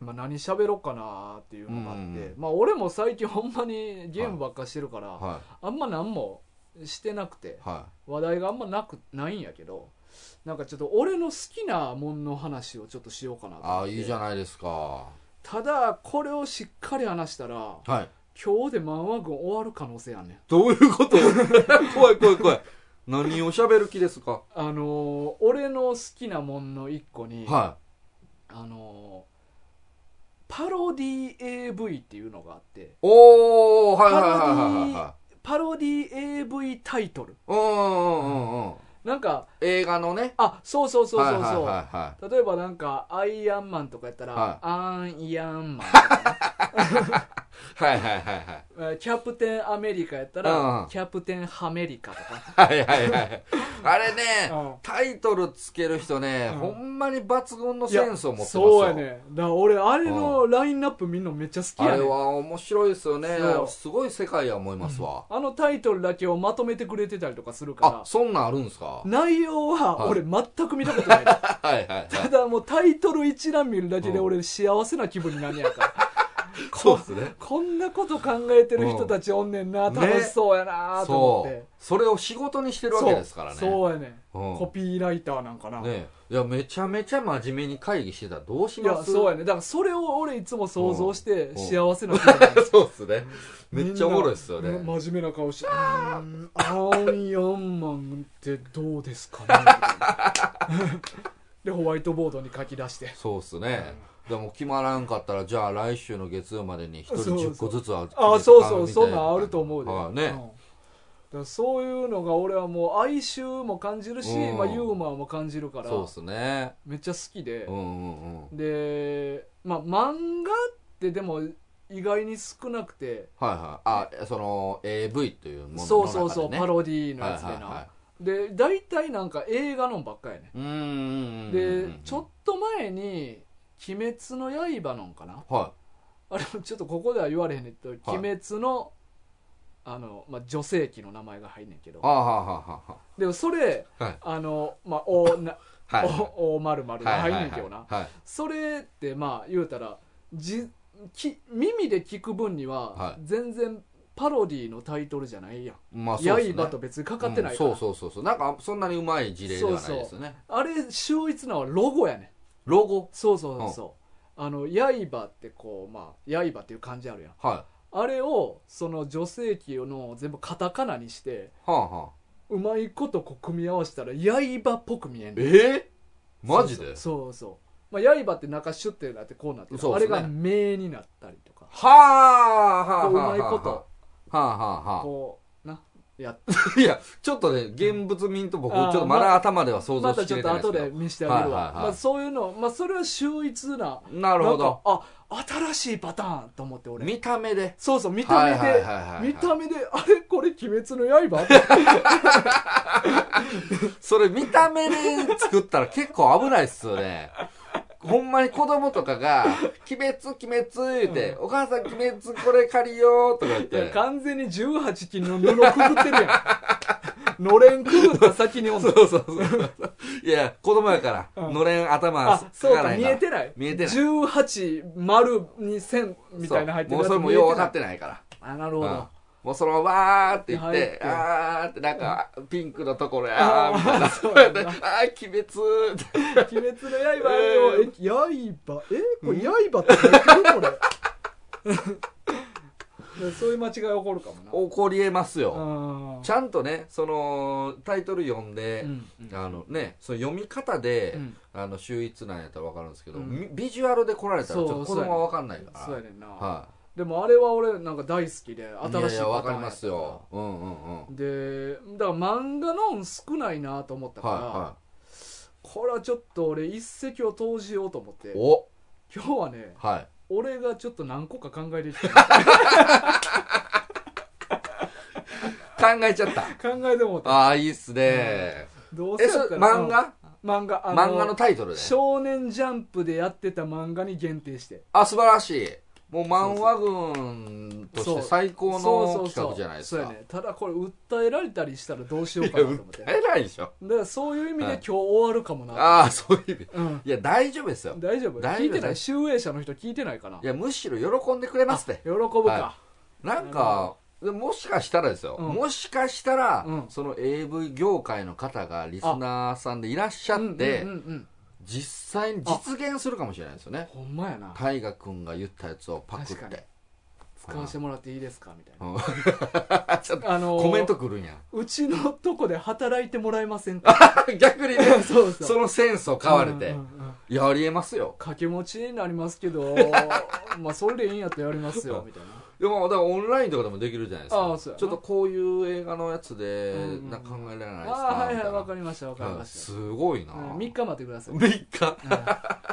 Speaker 1: まあ、何喋ろうかなっていうのがあって、
Speaker 2: うんうん
Speaker 1: まあ、俺も最近ほんまにゲームばっかしてるから、
Speaker 2: い。は
Speaker 1: あんま何もしてなくて
Speaker 2: い。は。
Speaker 1: 話題があんまなくないんやけどなんかちょっと俺の好きなもんの話をちょっとしようかないと思
Speaker 2: あ
Speaker 1: っ
Speaker 2: あ、
Speaker 1: て
Speaker 2: いいじゃないですか。は
Speaker 1: ただこれをしっかり話したら
Speaker 2: い。
Speaker 1: 今日で漫画群終わる可能性あんねん
Speaker 2: どういうこと
Speaker 1: [LAUGHS]
Speaker 2: 怖い怖い怖い。何を喋る気ですか
Speaker 1: あのー俺の好きなもんの一個に、
Speaker 2: は
Speaker 1: あのーパロディ AV っていうのがあって
Speaker 2: い。おー、はいはいはいはいはい。
Speaker 1: パロディ AV タイトル
Speaker 2: うんうんうんうん。
Speaker 1: なんか
Speaker 2: 映画のね。
Speaker 1: あそうそうそうそうそう、
Speaker 2: はいはいはいは
Speaker 1: 例えばなんかアイアンマンとかやったら、
Speaker 2: は
Speaker 1: アン・イアンマンとかね、
Speaker 2: い。はいはいはいはい。
Speaker 1: えーキャプテンアメリカやったら、
Speaker 2: うんうん
Speaker 1: キャプテンハメリカと
Speaker 2: [LAUGHS]
Speaker 1: か、
Speaker 2: はいはいはい。あれね、
Speaker 1: うん
Speaker 2: タイトルつける人ね、
Speaker 1: うん
Speaker 2: ほんまに抜群のセンスを持ってますよ。
Speaker 1: そうやねだから俺あれのラインナップみんなめっちゃ好き
Speaker 2: あ
Speaker 1: や
Speaker 2: れ
Speaker 1: ねん
Speaker 2: は面白いですよね
Speaker 1: そう。
Speaker 2: すごい世界や思いますわ。
Speaker 1: あのタイトルだけをまとめてくれてたりとかする
Speaker 2: あ
Speaker 1: か、
Speaker 2: そんなんあるんですか
Speaker 1: ら内容は
Speaker 2: はい
Speaker 1: 俺全く見たこと
Speaker 2: [LAUGHS]
Speaker 1: ない、
Speaker 2: はいはいはい。
Speaker 1: ただもうタイトル一覧見るだけで俺幸せな気分になんねやんか、
Speaker 2: [LAUGHS] そうですね。
Speaker 1: こんなこと考えてる人たちおんねんな、
Speaker 2: うん
Speaker 1: 楽しそうやなと思っ
Speaker 2: そ
Speaker 1: て、
Speaker 2: う。それを仕事にしてるわけですからね。
Speaker 1: そうそうやね、
Speaker 2: うん
Speaker 1: ん、コピーライターなんかな、
Speaker 2: ねいや、めちゃめちゃ真面目に会議してたらどうし
Speaker 1: い
Speaker 2: ま
Speaker 1: や
Speaker 2: す
Speaker 1: そうやねだからそれを俺いつも想像して
Speaker 2: ん
Speaker 1: 幸せな気分にな
Speaker 2: [LAUGHS]
Speaker 1: る
Speaker 2: [LAUGHS] そうっすね。めっちゃおもろいっすよね。
Speaker 1: みんな真面目な顔して「うーんアン・ヤンマンってどうです [LAUGHS] かねみたいな」でホワイトボードに書き出して
Speaker 2: そうっすね。でも決まらんかったら、じゃあ来週の月曜までに一人
Speaker 1: そうそう
Speaker 2: 10個ずつは
Speaker 1: あそうそうそんなんあると思うで、
Speaker 2: はい
Speaker 1: うん
Speaker 2: ね。
Speaker 1: だからそういうのが俺はもう哀愁も感じるし、
Speaker 2: うん
Speaker 1: まあ、ユーモアも感じるから
Speaker 2: そうっすね。
Speaker 1: めっちゃ好きで
Speaker 2: うん、うんうん。
Speaker 1: でまあ漫画ってでも意外に少なくて、
Speaker 2: はいはい。あ、その AV というものの中で、ね。
Speaker 1: そうそうそうパロディーの
Speaker 2: はい
Speaker 1: やつ
Speaker 2: は
Speaker 1: で
Speaker 2: い
Speaker 1: な、
Speaker 2: はい
Speaker 1: で大体なんか映画のばっかやね
Speaker 2: うんうんうんうんう
Speaker 1: で
Speaker 2: ん。
Speaker 1: ちょっと前に「鬼滅の刃」のんかな
Speaker 2: は
Speaker 1: あれちょっとここでは言われへんねんけど「
Speaker 2: はい
Speaker 1: 鬼滅の」あの、まあ、女性器の名前が入んねんけ
Speaker 2: い。
Speaker 1: ど
Speaker 2: あはははは。
Speaker 1: でもそれ
Speaker 2: はい。
Speaker 1: あのまあおな
Speaker 2: [LAUGHS] はい。
Speaker 1: [LAUGHS] おおまるまるが入んねんけどな、
Speaker 2: はい。はい
Speaker 1: それってまあ言うたらじき耳で聞く分には
Speaker 2: はい
Speaker 1: 全然パロディのタイトルじゃないやん、
Speaker 2: まあそうっすね。
Speaker 1: 刃と別にかかってないから、
Speaker 2: うんそうそうそうそう。なんかそんなにうまい事例ではないですよね。
Speaker 1: あれ秀逸なのはロゴやねん
Speaker 2: ロゴ
Speaker 1: そうそうそうそう、あの刃ってこうまあ刃っていう漢字あるやん
Speaker 2: は
Speaker 1: あれをその女性器のを全部カタカナにして
Speaker 2: い。はあはあ。
Speaker 1: うまいことこう組み合わせたら刃っぽく見えんねん
Speaker 2: えーマジで
Speaker 1: そうそうそうまあ、刃って中シュッてなってこうなってる、
Speaker 2: そう
Speaker 1: あ
Speaker 2: っす
Speaker 1: れ
Speaker 2: ね
Speaker 1: が目になったりとか
Speaker 2: はあはあはあ
Speaker 1: う
Speaker 2: はあ
Speaker 1: まいこと
Speaker 2: はあはあは
Speaker 1: こうなやっ
Speaker 2: あ。いや、ちょっとね、現物見んと僕、ち
Speaker 1: あー
Speaker 2: ょっとまだ頭では想
Speaker 1: ま
Speaker 2: 像
Speaker 1: た
Speaker 2: し
Speaker 1: ち
Speaker 2: き
Speaker 1: ょっ
Speaker 2: れ
Speaker 1: と
Speaker 2: て
Speaker 1: 後
Speaker 2: ないですけ
Speaker 1: で
Speaker 2: ど。
Speaker 1: 見せてあげるわ、
Speaker 2: はいはいはい
Speaker 1: まあ、そういうの、まあ、それは秀逸な
Speaker 2: なるほど。
Speaker 1: なんかあ新しいパターンと思って俺
Speaker 2: 見た目で。
Speaker 1: そうそう見た目で、
Speaker 2: はいはいはいはいはい
Speaker 1: 見た目であれこれ鬼滅の
Speaker 2: [LAUGHS]
Speaker 1: 刃って
Speaker 2: それ見た目で作ったら結構危ないっすよね。ほんまに子供とかが、鬼滅、鬼滅言うて、お母さん鬼滅これ借りようとか言っ
Speaker 1: いや
Speaker 2: て。
Speaker 1: 完全に18金の布くぐってるやん [LAUGHS] のれんくぐった先におん
Speaker 2: そ
Speaker 1: の
Speaker 2: [LAUGHS] うそうそう。いや、子供やから、
Speaker 1: うん
Speaker 2: のれん頭
Speaker 1: あそう
Speaker 2: か
Speaker 1: から
Speaker 2: へん
Speaker 1: 見
Speaker 2: から
Speaker 1: えてない
Speaker 2: 見えてない
Speaker 1: 18丸に線みたいな入ってる
Speaker 2: そうもう
Speaker 1: やつ見え
Speaker 2: それもよう分か
Speaker 1: な
Speaker 2: っ
Speaker 1: い
Speaker 2: てないから。
Speaker 1: あなるほど、
Speaker 2: うんもうそのままわーって言っ
Speaker 1: 入ってて、
Speaker 2: あーってなんか、ピンクのところやーみたいな。
Speaker 1: あーそうやんな
Speaker 2: あー、鬼滅って。
Speaker 1: 鬼滅の刃よ、え刃えこれ刃って言ってるこ
Speaker 2: [LAUGHS]
Speaker 1: れそういう間違い起こるかもな
Speaker 2: 起こりえますよ。
Speaker 1: あー
Speaker 2: ちゃんとね、その、タイトル読んで
Speaker 1: う、んうん
Speaker 2: あのね、その読み方で、
Speaker 1: うん
Speaker 2: あの、秀逸なんやったらわかるんですけど、
Speaker 1: うん
Speaker 2: みビジュアルで来られたら、ちょっと
Speaker 1: そ
Speaker 2: 子
Speaker 1: うそうやね
Speaker 2: 供はわかんないから。
Speaker 1: そうやねんな、
Speaker 2: は
Speaker 1: でもあれは俺なんか大好きで新しい
Speaker 2: い。いや
Speaker 1: パ
Speaker 2: い
Speaker 1: ターンやったか
Speaker 2: や、
Speaker 1: ら
Speaker 2: わかりますよ。うんうんうん。はい
Speaker 1: でだから漫画のん少ないなと思ったから、
Speaker 2: は
Speaker 1: これはちょっと俺一石を投じようと思って
Speaker 2: い。お
Speaker 1: 今日はね
Speaker 2: はい。
Speaker 1: 俺がちょっと何個か考えてき
Speaker 2: [LAUGHS]
Speaker 1: た
Speaker 2: 考えちゃった。
Speaker 1: 考えてもうた
Speaker 2: ああ、いいっすね。
Speaker 1: どうせ
Speaker 2: え、
Speaker 1: や
Speaker 2: そ
Speaker 1: っ
Speaker 2: れ、
Speaker 1: たら
Speaker 2: 漫画
Speaker 1: うん漫画あ
Speaker 2: 漫画のタイトルで。
Speaker 1: 少年ジャンプでやってた漫画に限定して
Speaker 2: あ、素晴らしい。もう漫画軍として最高
Speaker 1: そ
Speaker 2: の
Speaker 1: う
Speaker 2: 企
Speaker 1: そう
Speaker 2: 画じゃない
Speaker 1: そうそう
Speaker 2: です
Speaker 1: や
Speaker 2: か
Speaker 1: ねただこれ訴えられたりしたらどうし
Speaker 2: い
Speaker 1: よう
Speaker 2: や
Speaker 1: かなと思って
Speaker 2: 訴えないでしょ
Speaker 1: だからそういう意味で
Speaker 2: はい
Speaker 1: 今日終わるかもな、
Speaker 2: ああそういう意味
Speaker 1: うん
Speaker 2: いや大丈夫ですよ
Speaker 1: 大丈夫
Speaker 2: 大丈
Speaker 1: 聞
Speaker 2: 夫
Speaker 1: いてない集英社の人聞いてないかない
Speaker 2: やむしろ喜んでくれますって
Speaker 1: 喜ぶか、
Speaker 2: はなんかでもしかしたらですよ、
Speaker 1: うん
Speaker 2: もしかしたら、
Speaker 1: うん
Speaker 2: その AV 業界の方がリスナーさんでいらっしゃ
Speaker 1: う
Speaker 2: っ
Speaker 1: ん
Speaker 2: て、
Speaker 1: うんうんうん
Speaker 2: 実際に実現するかもしれないですよね
Speaker 1: ほんまやな
Speaker 2: 大河君が言ったやつをパクっ
Speaker 1: 確かに
Speaker 2: て
Speaker 1: 使わせてもらっていいですかみたいな、
Speaker 2: うん [LAUGHS] ちょっと
Speaker 1: あのー
Speaker 2: コメントくるんや
Speaker 1: [LAUGHS] うちのとこで働いてもらえません
Speaker 2: [LAUGHS]
Speaker 1: か
Speaker 2: 逆にね
Speaker 1: そう
Speaker 2: [LAUGHS] そのセンスを買われて、
Speaker 1: うんうんうん
Speaker 2: いやありえますよ
Speaker 1: 掛け持ちになりますけ
Speaker 2: [LAUGHS]
Speaker 1: どまあそれでいいんやったらやりますよみたいな
Speaker 2: でもだからオンラインとかでもできるじゃないですか
Speaker 1: ああそうやな
Speaker 2: ちょっとこういう映画のやつで
Speaker 1: うんうんうん
Speaker 2: なんか考えられないです
Speaker 1: ああ
Speaker 2: か
Speaker 1: はい
Speaker 2: み
Speaker 1: は
Speaker 2: た
Speaker 1: い
Speaker 2: いな
Speaker 1: わかりましたわかり
Speaker 2: うん
Speaker 1: まし
Speaker 2: すごいな
Speaker 1: た、うん、3日待ってください
Speaker 2: 3日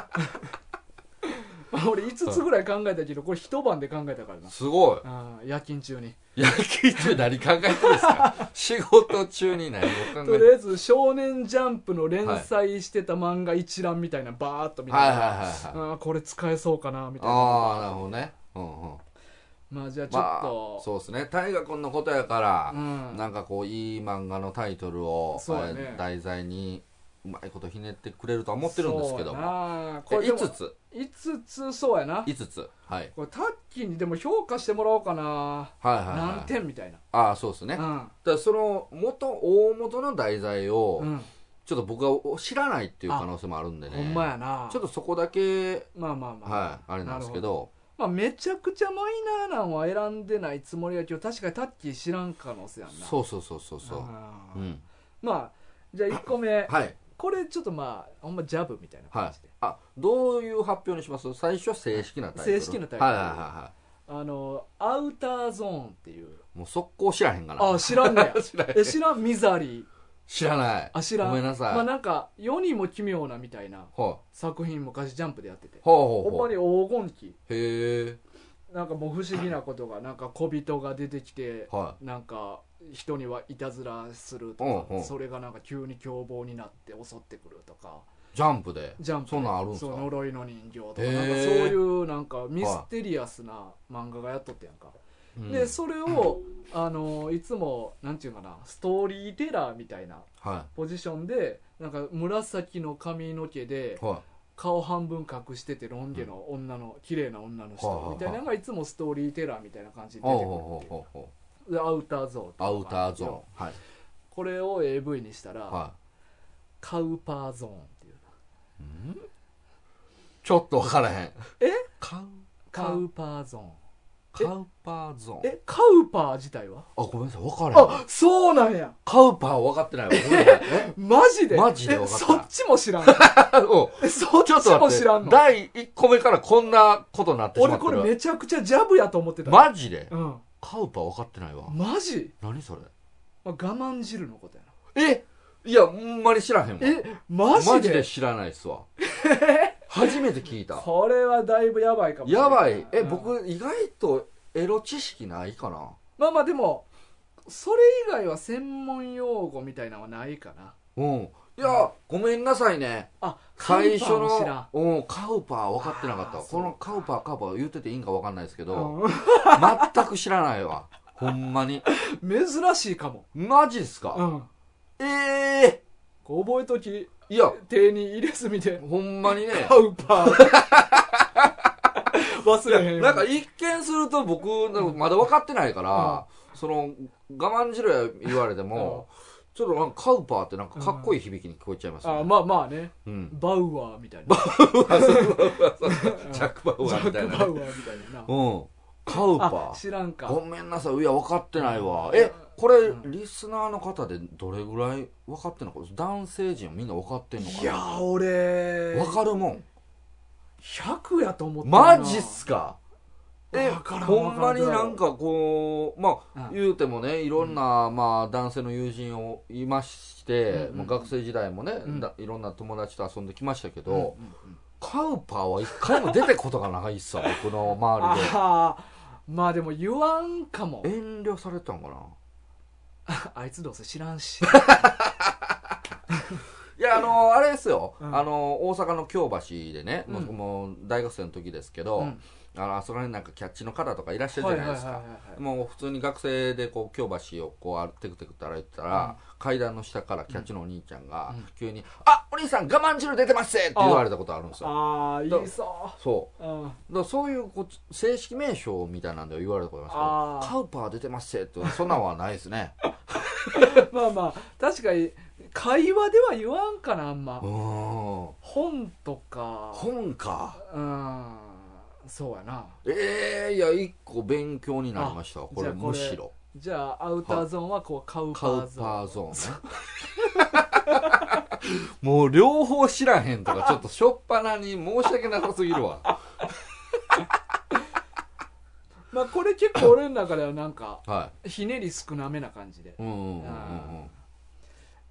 Speaker 1: うん [LAUGHS] 俺5つぐらい考えたけどこれ一晩で考えたから
Speaker 2: すごい
Speaker 1: な、うん、夜勤中に
Speaker 2: [LAUGHS] 野球中何考えてるんですか仕事中に何を考
Speaker 1: と
Speaker 2: え
Speaker 1: り
Speaker 2: て
Speaker 1: あえず「少年ジャンプ」の連載してた漫画一覧みたいなバーっと見な
Speaker 2: はいはい
Speaker 1: がら
Speaker 2: はいはい
Speaker 1: あーこれ使えそうかなみたいな
Speaker 2: ああなるほどねうんうん
Speaker 1: まあじゃあちょっ
Speaker 2: まあ
Speaker 1: と、
Speaker 2: そうですね大河君のことやから、
Speaker 1: うん
Speaker 2: なんかこういい漫画のタイトルを、
Speaker 1: そうやね
Speaker 2: えー題材にうまいことひねってくれるとは思ってるんですけど
Speaker 1: そうや
Speaker 2: も
Speaker 1: なこ
Speaker 2: え
Speaker 1: れでも
Speaker 2: 5つ
Speaker 1: 5つそうやな
Speaker 2: 5つはい
Speaker 1: これタッキーにでも評価してもらおうかな
Speaker 2: はいはい、は
Speaker 1: 何
Speaker 2: い、
Speaker 1: 点みたいな
Speaker 2: ああそうですね、
Speaker 1: う
Speaker 2: だか
Speaker 1: ん
Speaker 2: らその元大元の題材を、
Speaker 1: うん
Speaker 2: ちょっと僕は知らないっていう可能性もあるんでね
Speaker 1: ほんまやな
Speaker 2: ちょっとそこだけ
Speaker 1: まあまあまあ
Speaker 2: はいあれなんですけ
Speaker 1: るほ
Speaker 2: ど
Speaker 1: まあめちゃくちゃマイナーなんは選んでないつもりやけど確かにタッキー知らん可能性やんな
Speaker 2: そうそうそうそうそう
Speaker 1: あ
Speaker 2: う
Speaker 1: ー
Speaker 2: ん
Speaker 1: まあじゃあ1個目
Speaker 2: はい
Speaker 1: これちょっとまあほんまジャブみたいな
Speaker 2: は
Speaker 1: 感
Speaker 2: い
Speaker 1: じで、
Speaker 2: あどういう発表にします最初は正式なタイトル
Speaker 1: 正式なタイトル
Speaker 2: はいはいはいは
Speaker 1: あのアウターゾーンっていう
Speaker 2: いもう速攻知らへんかな
Speaker 1: あ知らんねや
Speaker 2: 知らへ
Speaker 1: [LAUGHS]
Speaker 2: ん
Speaker 1: え知らんミザリー
Speaker 2: 知らない
Speaker 1: あ知らん
Speaker 2: ごめんなさい、
Speaker 1: まあ
Speaker 2: はい
Speaker 1: なんか世にも奇妙なみたいな
Speaker 2: ほ
Speaker 1: 作品昔ジャンプでやってて
Speaker 2: うほう
Speaker 1: ほん
Speaker 2: ほ
Speaker 1: ま
Speaker 2: う
Speaker 1: に黄金期
Speaker 2: へえ
Speaker 1: なんかもう不思議なことがなんか小人が出てきて
Speaker 2: は
Speaker 1: なんか人にはいたずらすると
Speaker 2: うんう
Speaker 1: か
Speaker 2: ん
Speaker 1: それがなんか急に凶暴になって襲ってくるとか
Speaker 2: いジャンプで
Speaker 1: ジャンプ
Speaker 2: そんなんあるんすか
Speaker 1: そう呪いの人形とか
Speaker 2: へ
Speaker 1: な
Speaker 2: ー
Speaker 1: んかそういうなんかミステリアスな漫画がやっとってやんか、
Speaker 2: うん
Speaker 1: でそれをあのいつもなんていうかなストーリーテラーみたいな
Speaker 2: は
Speaker 1: ポジションでなんか紫の髪の毛
Speaker 2: い
Speaker 1: で
Speaker 2: は
Speaker 1: 顔半分隠しててロン毛の女の綺麗な女の
Speaker 2: はあは
Speaker 1: 人
Speaker 2: あ
Speaker 1: みたいなのがいつもストーリーテラーみたいな感じ
Speaker 2: い
Speaker 1: で出
Speaker 2: ほ
Speaker 1: て
Speaker 2: う
Speaker 1: く
Speaker 2: ほう
Speaker 1: るって
Speaker 2: ほう
Speaker 1: いう
Speaker 2: ほうほ
Speaker 1: でアウターゾーン
Speaker 2: うアウターゾーンはい
Speaker 1: ーンこれを AV にしたら
Speaker 2: は
Speaker 1: カウパーゾーンっていう
Speaker 2: いんちょっと分からへん
Speaker 1: え
Speaker 2: カウ
Speaker 1: カウパーゾーン
Speaker 2: カウパーゾーン
Speaker 1: えカウパー自体は
Speaker 2: あごめんなさい分からへん
Speaker 1: あそうなんや
Speaker 2: カウパー分かってないわごめんなさい [LAUGHS] え
Speaker 1: マジで
Speaker 2: マジで分か
Speaker 1: え
Speaker 2: った
Speaker 1: そっちも知らん
Speaker 2: あうん
Speaker 1: えそっ
Speaker 2: ちょっ
Speaker 1: ち
Speaker 2: と
Speaker 1: も
Speaker 2: 待っ
Speaker 1: 知
Speaker 2: て
Speaker 1: らん、の
Speaker 2: 第1個目からこんなことになってしま
Speaker 1: 俺
Speaker 2: って
Speaker 1: こ
Speaker 2: る。
Speaker 1: れめちゃくちゃジャブやと思ってた、
Speaker 2: マジで
Speaker 1: うん
Speaker 2: カウパー分かってないわ。
Speaker 1: マジ、
Speaker 2: 何それ
Speaker 1: まあ、我慢汁のことやな
Speaker 2: えいや、ほんまに知らへんわ。
Speaker 1: えマジで
Speaker 2: マジで知らないっ
Speaker 1: [LAUGHS]
Speaker 2: すわ。初めて聞いた。
Speaker 1: これはだいぶやばいかもしれな
Speaker 2: や
Speaker 1: い
Speaker 2: ばい。え、
Speaker 1: うん
Speaker 2: 僕、意外とエロ知識ないかな
Speaker 1: まあまあでもそれ以外は専門用語みたいなのはないかな
Speaker 2: うん。いや、ごめんなさいね。
Speaker 1: あ
Speaker 2: 最初
Speaker 1: カウパーも知ら
Speaker 2: の
Speaker 1: ん、
Speaker 2: うん、カウパー分かってなかった
Speaker 1: あ
Speaker 2: わ。
Speaker 1: ーそう
Speaker 2: このカウパー、カウパー言ってていいんか分かんないですけど、
Speaker 1: うん
Speaker 2: 全く知らないわ。ほんまに。
Speaker 1: 珍しいかも、
Speaker 2: マジっす
Speaker 1: う
Speaker 2: か
Speaker 1: ん、
Speaker 2: ええ
Speaker 1: こう覚えとき
Speaker 2: ーいや、
Speaker 1: 手に入れすみて
Speaker 2: ほん
Speaker 1: [LAUGHS]
Speaker 2: まにね。
Speaker 1: カウパ
Speaker 2: [LAUGHS]
Speaker 1: ー忘れへんよ
Speaker 2: なんか一見すると僕、なんかまだ分かってないから、その、我慢しろや言われても、ちょっとなんかカウパーってなんかかっこいい響きに聞こえちゃいますね。
Speaker 1: あまあまあね [LAUGHS]
Speaker 2: うん。
Speaker 1: バウアーみたいな
Speaker 2: ジャック・バウアーみた
Speaker 1: ジ
Speaker 2: い
Speaker 1: ャッ
Speaker 2: な
Speaker 1: クバウ
Speaker 2: ね。
Speaker 1: アーみたいなな
Speaker 2: うん。カウ
Speaker 1: あ
Speaker 2: パー。
Speaker 1: 知らん
Speaker 2: ご
Speaker 1: か
Speaker 2: めんなさい。いや、分かってないわ。え、これ、
Speaker 1: うん
Speaker 2: リスナーの方でどれぐらい分かってんのか男性陣はみんな分かってんのか
Speaker 1: いや
Speaker 2: な
Speaker 1: ー俺
Speaker 2: 分かるもん。
Speaker 1: 100やと思ったな
Speaker 2: マジっすかえ、
Speaker 1: わからん
Speaker 2: ほんまになんかこう、まあ、
Speaker 1: うん
Speaker 2: 言うてもね、いろんな、まあ、男性の友人をいまして、
Speaker 1: うんうん
Speaker 2: まあ学生時代もね、
Speaker 1: うん
Speaker 2: だいろんな友達と遊んできましたけ
Speaker 1: うんうん
Speaker 2: ど、
Speaker 1: うん
Speaker 2: カウパーは一回も出てことがない
Speaker 1: [LAUGHS]
Speaker 2: っすわ、僕の周りで。
Speaker 1: ああまあでも言わんかも
Speaker 2: 遠慮されてたのかな [LAUGHS]
Speaker 1: あいつどうせ知らんし
Speaker 2: いやあのあれですよ、
Speaker 1: うん
Speaker 2: あの大阪の京橋でね、もう
Speaker 1: うん
Speaker 2: もう大学生の時ですけど、
Speaker 1: うん
Speaker 2: あのあそこら辺なんかキャッチの方とかいらっしゃる
Speaker 1: は
Speaker 2: じ
Speaker 1: い
Speaker 2: ゃ
Speaker 1: はい
Speaker 2: ない
Speaker 1: はい
Speaker 2: ですか、
Speaker 1: はい
Speaker 2: もう普通に学生でこう京橋をこう歩テクテクと歩いてたら、階段の下からキャッチのお兄ちゃんが
Speaker 1: うん
Speaker 2: 急に「あお兄さん我慢汁出てますぜ!」って言われたことあるんですよ
Speaker 1: ああ言いそ
Speaker 2: そう
Speaker 1: うん [LAUGHS]
Speaker 2: うだからそういうこう正式名称みたいなんで言われたことありますけど「カウパー出てますぜ!」ってそんなんはないですね
Speaker 1: まあまあ確かに会話では言わんかなあんま
Speaker 2: うーん
Speaker 1: 本とか
Speaker 2: 本か
Speaker 1: うんそうやな
Speaker 2: ええいや一個勉強になりましたわこ
Speaker 1: じ
Speaker 2: れ
Speaker 1: ゃあこれ
Speaker 2: むしろ
Speaker 1: じゃあアウターゾーンはこうカウパ
Speaker 2: カ
Speaker 1: ー
Speaker 2: ウ
Speaker 1: ゾー
Speaker 2: パ
Speaker 1: ン
Speaker 2: ーゾーンねもう両方知らへんとかちょっとしょっぱなに申し訳なさすぎるわ
Speaker 1: まあこれ結構俺の中ではなんか
Speaker 2: は
Speaker 1: ひねり少なめな感じで
Speaker 2: い。うんうんうんうんう
Speaker 1: あ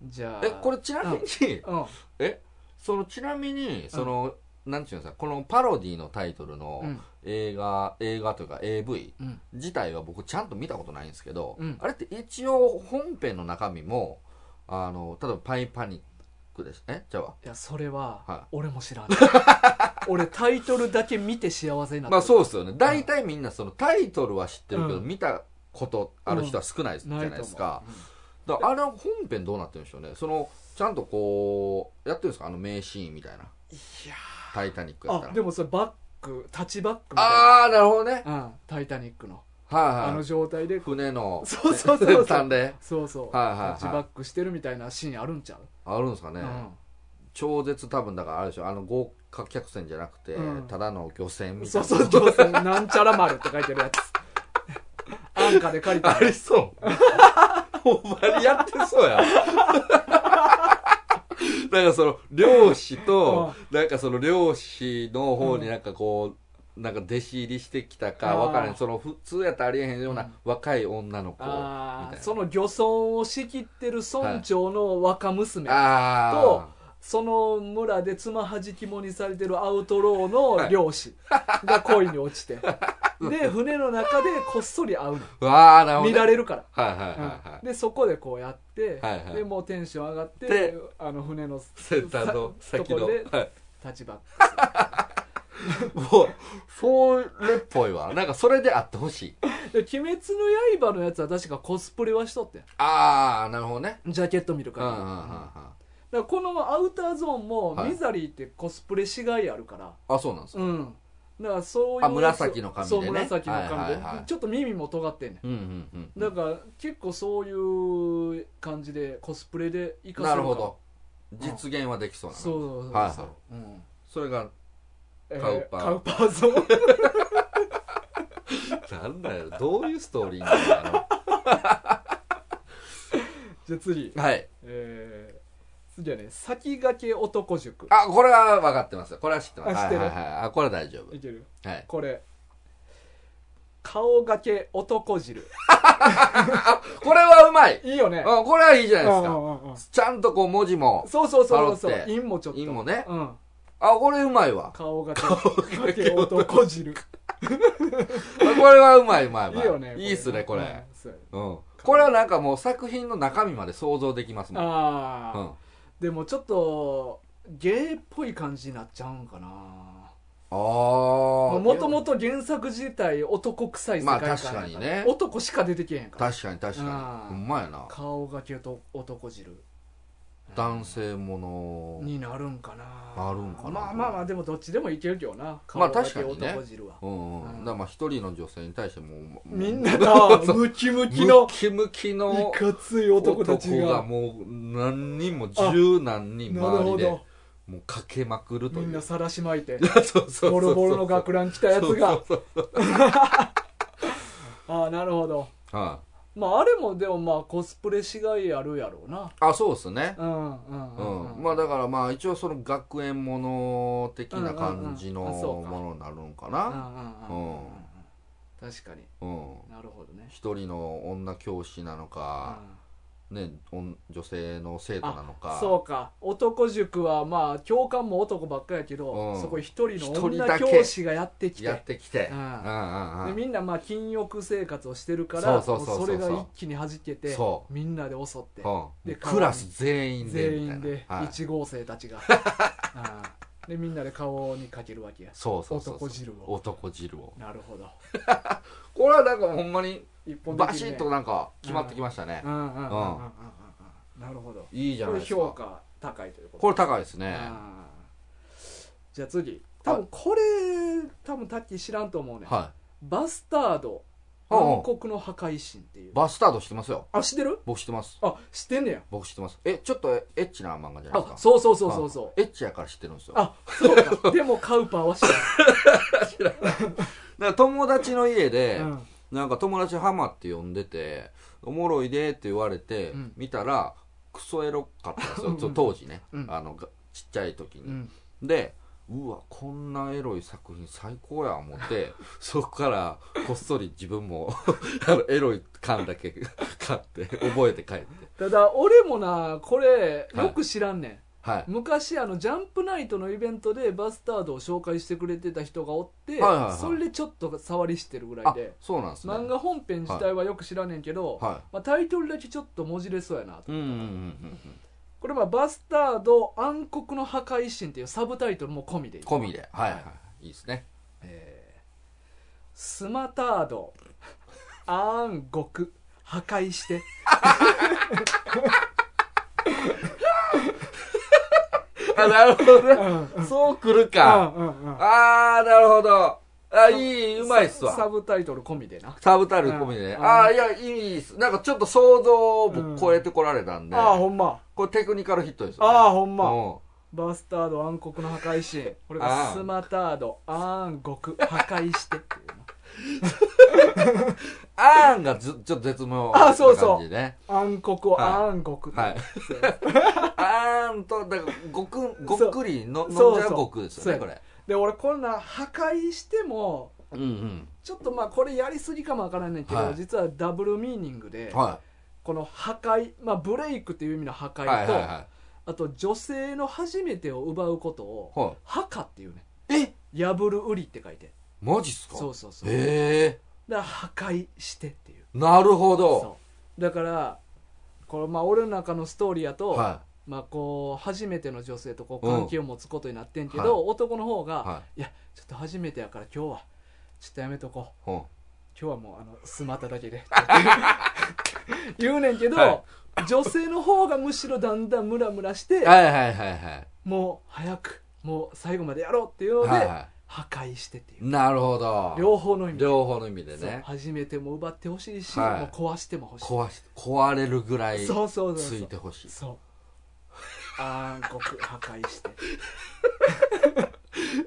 Speaker 2: ん。
Speaker 1: じゃあ
Speaker 2: え、これちなみに、
Speaker 1: うん
Speaker 2: え、そのちなみに、その、なんていうんですか、このパロディのタイトル
Speaker 1: う
Speaker 2: の
Speaker 1: ん
Speaker 2: 映画、映画というか AV
Speaker 1: うん
Speaker 2: 自体は僕ちゃんと見たことないんですけど
Speaker 1: うん、
Speaker 2: あれって一応本編の中身も、あの、例えばパイパニックですね、じゃあ。
Speaker 1: いやそれは
Speaker 2: は
Speaker 1: 俺も知
Speaker 2: [LAUGHS]
Speaker 1: らん俺タイトルだけ見て幸せになった
Speaker 2: まあそうですよね。大体みんなそのタイトルは知ってるけど、
Speaker 1: うん
Speaker 2: 見たことある人は少ないじゃ
Speaker 1: な
Speaker 2: ないい
Speaker 1: と思
Speaker 2: で
Speaker 1: う
Speaker 2: すか。だからあれは本編どうなってるんでしょうね。その、ちゃんとこう、やってるんですかあの名シーンみたい
Speaker 1: い
Speaker 2: な。
Speaker 1: や
Speaker 2: タイタニックやった
Speaker 1: あ
Speaker 2: ら
Speaker 1: で。もそれバックタッチバックみたいな
Speaker 2: ああ、なるほどね。
Speaker 1: うん、タイタニックの、あ
Speaker 2: はいは
Speaker 1: の
Speaker 2: い。
Speaker 1: 状態で
Speaker 2: 船の、
Speaker 1: そうそうそうそ
Speaker 2: 三
Speaker 1: う
Speaker 2: で。
Speaker 1: そうそうタ
Speaker 2: はいはいはい
Speaker 1: ッチバックしてるみたいなシーンあるんちゃう、
Speaker 2: あるんですかね。
Speaker 1: うん
Speaker 2: 超絶多分、だからあれでしょ。あの、豪華客船じゃなくて
Speaker 1: うん、
Speaker 2: ただの漁船みた
Speaker 1: そ
Speaker 2: いうな。
Speaker 1: そうそうそうなんちゃら丸って書いてるやつ安価で借り
Speaker 2: [LAUGHS]
Speaker 1: た
Speaker 2: [LAUGHS] ありそう。ほんまにやってそうや。 [LAUGHS] なんかその、漁師と、なんかその漁師の方になんかこう、なんか弟子入りしてきたかわから
Speaker 1: あ
Speaker 2: ん。
Speaker 1: ー
Speaker 2: その普通やったらありえへんよう
Speaker 1: う
Speaker 2: なん若い女の子みたい
Speaker 1: あー
Speaker 2: な。
Speaker 1: その漁村を仕切ってる村長の若娘、
Speaker 2: あー
Speaker 1: とその村でつまはじきもにされてるアウトローの漁師が恋に落ち
Speaker 2: [LAUGHS]
Speaker 1: てで船の中でこっそり会う
Speaker 2: わあな
Speaker 1: の
Speaker 2: るほど
Speaker 1: 見
Speaker 2: ね、
Speaker 1: られるから
Speaker 2: はいはいはいはい、
Speaker 1: でそこでこうやって、
Speaker 2: はいはい
Speaker 1: でもうテンション上がって
Speaker 2: で
Speaker 1: あの船の
Speaker 2: センターの
Speaker 1: さ
Speaker 2: 先の
Speaker 1: とこで
Speaker 2: はい
Speaker 1: 立場
Speaker 2: もうそれっぽいわなんかそれであってほしい
Speaker 1: で「鬼滅の刃」のやつは確かコスプレはしとってん
Speaker 2: ああなるほどね
Speaker 1: ジャケット見る
Speaker 2: う
Speaker 1: か
Speaker 2: んう
Speaker 1: ら,、
Speaker 2: んうんうん
Speaker 1: だか
Speaker 2: あ
Speaker 1: らこのアウターゾーンも、
Speaker 2: はい
Speaker 1: ミザリーってコスプレしがいあるから
Speaker 2: そうなんですか
Speaker 1: うんだからそういう
Speaker 2: あ紫の髪でね
Speaker 1: そう紫の髪で、
Speaker 2: はいはいはい
Speaker 1: ちょっと耳も尖ってんねん
Speaker 2: うんうんうん
Speaker 1: だから結構そういう感じでコスプレでいかせ
Speaker 2: な
Speaker 1: る
Speaker 2: る
Speaker 1: か
Speaker 2: ほど実現はできそうなの
Speaker 1: そうそうそうそう、
Speaker 2: はいはい
Speaker 1: うん
Speaker 2: それが
Speaker 1: え
Speaker 2: カウパー
Speaker 1: カウパーゾーン
Speaker 2: なんだよどういうストーリーなのあ
Speaker 1: [LAUGHS] じゃあ次 [LAUGHS]
Speaker 2: のはい
Speaker 1: えー、次はね先駆け男塾
Speaker 2: あこれは分かってますよこれは知ってます
Speaker 1: あ知ってる
Speaker 2: はいはいはいあこれは大丈
Speaker 1: いける
Speaker 2: 夫はい
Speaker 1: これ顔がけ男汁
Speaker 2: これはうまい
Speaker 1: いいよね
Speaker 2: あこれはいいじゃないです
Speaker 1: う
Speaker 2: か
Speaker 1: んうんうんうん
Speaker 2: ちゃんとこう文字も
Speaker 1: そうそうそうそう
Speaker 2: パロって
Speaker 1: 陰もちょっと
Speaker 2: 韻もね
Speaker 1: うん、
Speaker 2: あこれうまいわ
Speaker 1: 顔がけ男汁
Speaker 2: これはうまいうまいうま
Speaker 1: い
Speaker 2: い
Speaker 1: いよね
Speaker 2: いいっすねこれ、
Speaker 1: うんそうやね
Speaker 2: うん、これはなんかもう作品の中身まで想像できますもん、
Speaker 1: あ
Speaker 2: う
Speaker 1: あ、
Speaker 2: ん、
Speaker 1: でもちょっとゲイっぽい感じになっちゃうんかな
Speaker 2: ああ
Speaker 1: もともと原作自体男臭い世界観やら
Speaker 2: まあ確かにね
Speaker 1: 男しか出てけへんから
Speaker 2: 確かに確か
Speaker 1: う
Speaker 2: に
Speaker 1: ん
Speaker 2: うまいな
Speaker 1: 顔がけと男汁
Speaker 2: 男性もの
Speaker 1: になるんかな
Speaker 2: なるんかな
Speaker 1: まあまあまあでもどっちでもいけるけどな
Speaker 2: まあ確かに
Speaker 1: 顔
Speaker 2: ね
Speaker 1: だけ男汁は
Speaker 2: うんうん、
Speaker 1: うん
Speaker 2: だからまあ一人の女性に対してももう
Speaker 1: みんな
Speaker 2: [LAUGHS]
Speaker 1: なムキム
Speaker 2: ム
Speaker 1: キの
Speaker 2: キムキ
Speaker 1: い
Speaker 2: の
Speaker 1: かつい男たち
Speaker 2: 男が
Speaker 1: が
Speaker 2: もう何人も十何人
Speaker 1: なる
Speaker 2: 周り
Speaker 1: ほ
Speaker 2: で
Speaker 1: ど
Speaker 2: もうかけまくるとい
Speaker 1: み
Speaker 2: うん
Speaker 1: なさらし巻いて
Speaker 2: [LAUGHS] そうそうそうそう
Speaker 1: ボロボロの学ラン着たやつ
Speaker 2: そ
Speaker 1: が
Speaker 2: うそう
Speaker 1: [LAUGHS] ああなるほど
Speaker 2: そうはい
Speaker 1: まああれもでもまあコスプレしがいあるやろうな
Speaker 2: あそうですね
Speaker 1: うんうんうん
Speaker 2: う、
Speaker 1: うんん
Speaker 2: まあだからまあ一応その学園もの的な感じの
Speaker 1: うんうんうんあそうか
Speaker 2: ものになるんか
Speaker 1: うん
Speaker 2: な
Speaker 1: うんうんうん
Speaker 2: うん
Speaker 1: 確かに
Speaker 2: うん
Speaker 1: なるほどね
Speaker 2: 一人の女教師なのか、ね、女女性の生徒なのか
Speaker 1: そうか男塾はまあ教官も男ばっかやけど、
Speaker 2: うん
Speaker 1: そこ一人の
Speaker 2: 一人
Speaker 1: 女
Speaker 2: だけ
Speaker 1: 教師がやってきて
Speaker 2: やってきて、
Speaker 1: うん
Speaker 2: うんうんう
Speaker 1: で
Speaker 2: ん
Speaker 1: みんなまあ禁欲生活をしてるから
Speaker 2: そうそうそうそう
Speaker 1: もうそれが一気に弾けて
Speaker 2: そ
Speaker 1: みんなで襲って
Speaker 2: うん
Speaker 1: で
Speaker 2: クラス全員で
Speaker 1: 全
Speaker 2: みたい
Speaker 1: 員
Speaker 2: な
Speaker 1: で
Speaker 2: はい、
Speaker 1: 1号生た
Speaker 2: [LAUGHS]
Speaker 1: ちが、うんでみんなで顔にかけるわけや
Speaker 2: そうそうそうそう
Speaker 1: 男汁を
Speaker 2: 男汁を
Speaker 1: なるほど
Speaker 2: これはなんかほんまに
Speaker 1: 一本
Speaker 2: バ
Speaker 1: 的
Speaker 2: シ
Speaker 1: にね
Speaker 2: ッとなんか決まってきましたね
Speaker 1: うんうんうんうんうんう
Speaker 2: う
Speaker 1: ん
Speaker 2: ん
Speaker 1: うんなるほど
Speaker 2: いいじゃ
Speaker 1: こ
Speaker 2: な
Speaker 1: れ
Speaker 2: いです
Speaker 1: 評
Speaker 2: か
Speaker 1: 価高いということ
Speaker 2: これ高いですね
Speaker 1: あーじゃあ次多分これ多分タッキー知らんと思うねん
Speaker 2: は
Speaker 1: バスタード
Speaker 2: うんうん
Speaker 1: 暗黒の破壊神ってい
Speaker 2: いうバスタード知ってますよ
Speaker 1: あ知ってる
Speaker 2: 僕知ってます
Speaker 1: あ知ってんねや
Speaker 2: 僕知ってますえちょっとエッチな漫画じゃないで
Speaker 1: あ
Speaker 2: すか
Speaker 1: そうそうそうそうそう
Speaker 2: エッチやから知ってるんですよ
Speaker 1: あそうかでもカウパーは知ら
Speaker 2: だから友達の家で、
Speaker 1: んうん
Speaker 2: なんか友達ハマって呼んでておもろいでって言われて、
Speaker 1: うん
Speaker 2: 見たらクソエロかったんですよ
Speaker 1: うん
Speaker 2: そう当時ね、
Speaker 1: うん
Speaker 2: あのがちっちゃい時
Speaker 1: う
Speaker 2: に、
Speaker 1: ん
Speaker 2: でうわこんなエロい作品最高や思って
Speaker 1: [LAUGHS]
Speaker 2: そこからこっそり自分も [LAUGHS] あのエロい缶だけ [LAUGHS] 買って覚えて帰って
Speaker 1: ただ俺もなこれ
Speaker 2: はい
Speaker 1: よく知らんねん
Speaker 2: はい
Speaker 1: 昔あのジャンプナイトのイベントでバスタードを紹介してくれてた人がおって
Speaker 2: はいはいはい
Speaker 1: それでちょっと触りしてるぐらい
Speaker 2: あ
Speaker 1: で
Speaker 2: そうなんですね
Speaker 1: 漫画本編自体はよく知らねんけど、
Speaker 2: は
Speaker 1: まあ、タイトルだけちょっともじれそうやなと
Speaker 2: いうんうんうんうん
Speaker 1: これまあバスタード暗黒の破壊神っていうサブタイトルも込みでいく
Speaker 2: 込みではいはいいいですね
Speaker 1: えースマタード暗黒破壊して
Speaker 2: あなるほどね
Speaker 1: うん
Speaker 2: そうくるか、ああなるほどあいいうまいっすわ
Speaker 1: サブタイトル込みでな
Speaker 2: サブタイトル込みでね。
Speaker 1: うん
Speaker 2: ああ、いや、いいっす。なんかちょっと想像を
Speaker 1: うん
Speaker 2: 僕超えてこられたんで、
Speaker 1: ああほんま
Speaker 2: これテクニカルヒットですよ、ね。
Speaker 1: ああほんま
Speaker 2: うん
Speaker 1: バスタード暗黒の破壊神これが
Speaker 2: あー
Speaker 1: スマタード暗黒破壊してっていうな
Speaker 2: あーんがずちょっと絶妙な
Speaker 1: あそうそう
Speaker 2: 感じね。
Speaker 1: 暗黒を暗黒って
Speaker 2: はい。あーんと、だからごくん、ごっくりの飲んじ
Speaker 1: そう
Speaker 2: ゃう
Speaker 1: そう
Speaker 2: ごくですよ
Speaker 1: そ
Speaker 2: ね、こ
Speaker 1: う
Speaker 2: れ。
Speaker 1: で俺こんな破壊しても
Speaker 2: うんうん。
Speaker 1: ちょっとまあこれやりすぎかもわからないけど、
Speaker 2: はい
Speaker 1: 実はダブルミーニングで、
Speaker 2: は
Speaker 1: この破壊、まあ、ブレイクという意味の破壊
Speaker 2: い。
Speaker 1: と、
Speaker 2: はいはいは
Speaker 1: あと女性の初めてを奪うことを
Speaker 2: い。は
Speaker 1: 破壊っていうね
Speaker 2: い。え
Speaker 1: 破る売りって書いて
Speaker 2: マジっすか
Speaker 1: そうそうそう、
Speaker 2: ええ
Speaker 1: だから破壊してっていう
Speaker 2: ー。なるほど。
Speaker 1: そうだからこのまあ俺の中のストーリーやと、
Speaker 2: は
Speaker 1: まあ、こう初めての女性とこう関係を持つことになってんけど、
Speaker 2: う
Speaker 1: 男の方が、、
Speaker 2: い。はい
Speaker 1: やちょっと初めてやから今日はちょっとやめとこう
Speaker 2: い。うん
Speaker 1: 今日はもうあのスマタだけ
Speaker 2: [LAUGHS]
Speaker 1: で言うねんけど、
Speaker 2: は
Speaker 1: 女性の方がむしろだんだんムラムラして
Speaker 2: はいはいはいはい。
Speaker 1: もう早くもう最後までやろうっていうので、
Speaker 2: はいは
Speaker 1: 破壊してってい
Speaker 2: い。
Speaker 1: う
Speaker 2: なるほど。
Speaker 1: 両方の意味で、
Speaker 2: 両方の意味で
Speaker 1: そう
Speaker 2: ね。
Speaker 1: 初めても奪ってほしいし、
Speaker 2: はい
Speaker 1: もう壊してもほしい
Speaker 2: 壊し、壊れるぐらい
Speaker 1: そうそうそ
Speaker 2: つ
Speaker 1: う
Speaker 2: い
Speaker 1: そう
Speaker 2: てほしい。
Speaker 1: そう暗黒破壊して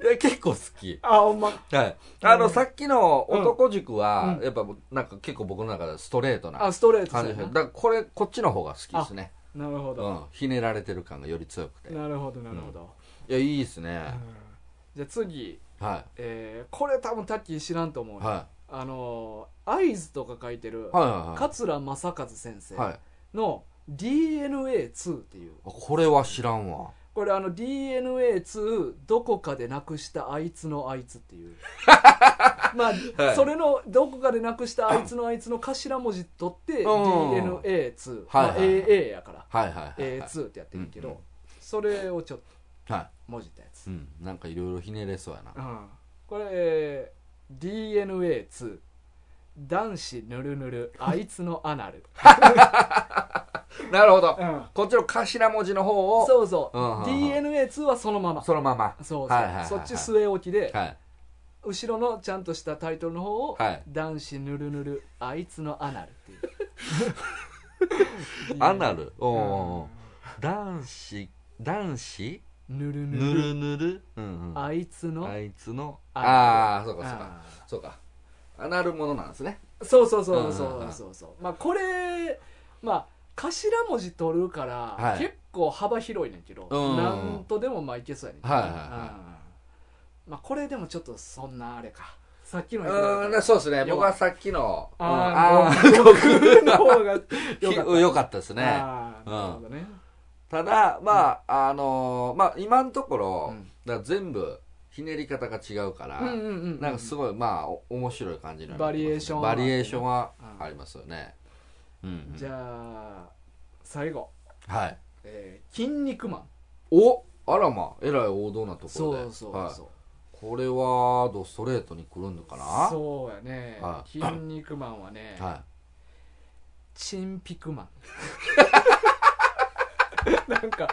Speaker 2: いや結構好き。
Speaker 1: あほんま
Speaker 2: はい。
Speaker 1: うん
Speaker 2: あの、さっきの男塾は、
Speaker 1: うん
Speaker 2: やっぱ、なんか結構僕の中でストレートな
Speaker 1: あストレート
Speaker 2: 感
Speaker 1: で
Speaker 2: じ
Speaker 1: す
Speaker 2: で、だ
Speaker 1: よね
Speaker 2: からこれ、こっちの方が好きですね。
Speaker 1: なるほ
Speaker 2: う
Speaker 1: ど、
Speaker 2: ん。ひねられてる感がより強くて。い
Speaker 1: なるほどなるほど、
Speaker 2: や、いいですね。
Speaker 1: うんじゃあ次、
Speaker 2: は
Speaker 1: えーこれ多分タッキー知らんと思う
Speaker 2: い。
Speaker 1: ね、
Speaker 2: は
Speaker 1: あのー、合図とか書いてる
Speaker 2: い。は
Speaker 1: 桂正和先
Speaker 2: い。はい。はい。
Speaker 1: 生の DNA2 っていう
Speaker 2: あこれは知らんわ。
Speaker 1: これあの DNA2 どこかでなくしたあいつのあいつって
Speaker 2: [LAUGHS]
Speaker 1: いうまあ、
Speaker 2: はい
Speaker 1: それのどこかでなくしたあいつのあいつの頭文字取って
Speaker 2: うん
Speaker 1: DNA2、
Speaker 2: はい
Speaker 1: まあ、
Speaker 2: はいはい
Speaker 1: AA やから
Speaker 2: はいはいはい、はい。
Speaker 1: A2 ってやってるけど、
Speaker 2: うんうん
Speaker 1: それをちょっと
Speaker 2: は
Speaker 1: 文字ったやつ
Speaker 2: い。う、ん。なんかいろいろひねれそ
Speaker 1: [LAUGHS]
Speaker 2: うやな。
Speaker 1: うんこれ、えー DNA2 男子ぬるぬ
Speaker 2: [LAUGHS]
Speaker 1: るあいつのアナル
Speaker 2: なるほど。
Speaker 1: うん
Speaker 2: こっちの頭文字の方を、
Speaker 1: そうそう、
Speaker 2: うんうんうん
Speaker 1: DNA2 はそのままそう
Speaker 2: そのまま。
Speaker 1: そう、
Speaker 2: はいはいはいはい
Speaker 1: そっち据え置きで、
Speaker 2: はい。
Speaker 1: 後ろのちゃんとしたタイトルの方を、
Speaker 2: はい
Speaker 1: 男子ぬるぬるあいつのアナルっていう
Speaker 2: アナル。お
Speaker 1: う
Speaker 2: ー
Speaker 1: ん
Speaker 2: おーおー男子、男子
Speaker 1: ぬるぬる
Speaker 2: ぬるぬる。うんうん。
Speaker 1: あいつの、
Speaker 2: あいつの
Speaker 1: あ
Speaker 2: ああーそうかそうか
Speaker 1: あー
Speaker 2: そうかあなるものなんですね
Speaker 1: そうそうそう
Speaker 2: うんうん
Speaker 1: そううんそうそうまあこれまあ頭文字取るから、
Speaker 2: はい
Speaker 1: 結構幅広いねんけど、
Speaker 2: うん
Speaker 1: なんとでもまあいけそうやねんけど、
Speaker 2: はいはいはい
Speaker 1: うんまあこれでもちょっとそんなあれかさっきのやつだ
Speaker 2: うん、そうですね。僕はさっきの、うん
Speaker 1: あ
Speaker 2: ー
Speaker 1: ー、僕の方が良かった。
Speaker 2: ひ良かったですね。
Speaker 1: あーなるほどね。
Speaker 2: ただ、まあ、あのーまあ、今のところ、
Speaker 1: うん
Speaker 2: だから全部、ひねり方が違うから、
Speaker 1: うんうんうん。
Speaker 2: なんかすごい、まあ、お面白い感じの
Speaker 1: バリエーションは
Speaker 2: バリエーションはありますよね。うん、うん
Speaker 1: じゃあ、最後。
Speaker 2: はい。
Speaker 1: えー、筋肉マン。
Speaker 2: おあらま、えらい王道なところ
Speaker 1: そ
Speaker 2: で。
Speaker 1: うそう
Speaker 2: はい
Speaker 1: そう。
Speaker 2: これは、ドストレートに来るのかな
Speaker 1: そうやね
Speaker 2: は。い
Speaker 1: 筋肉マンはね、
Speaker 2: は
Speaker 1: チン [LAUGHS] ピクマン。なんか、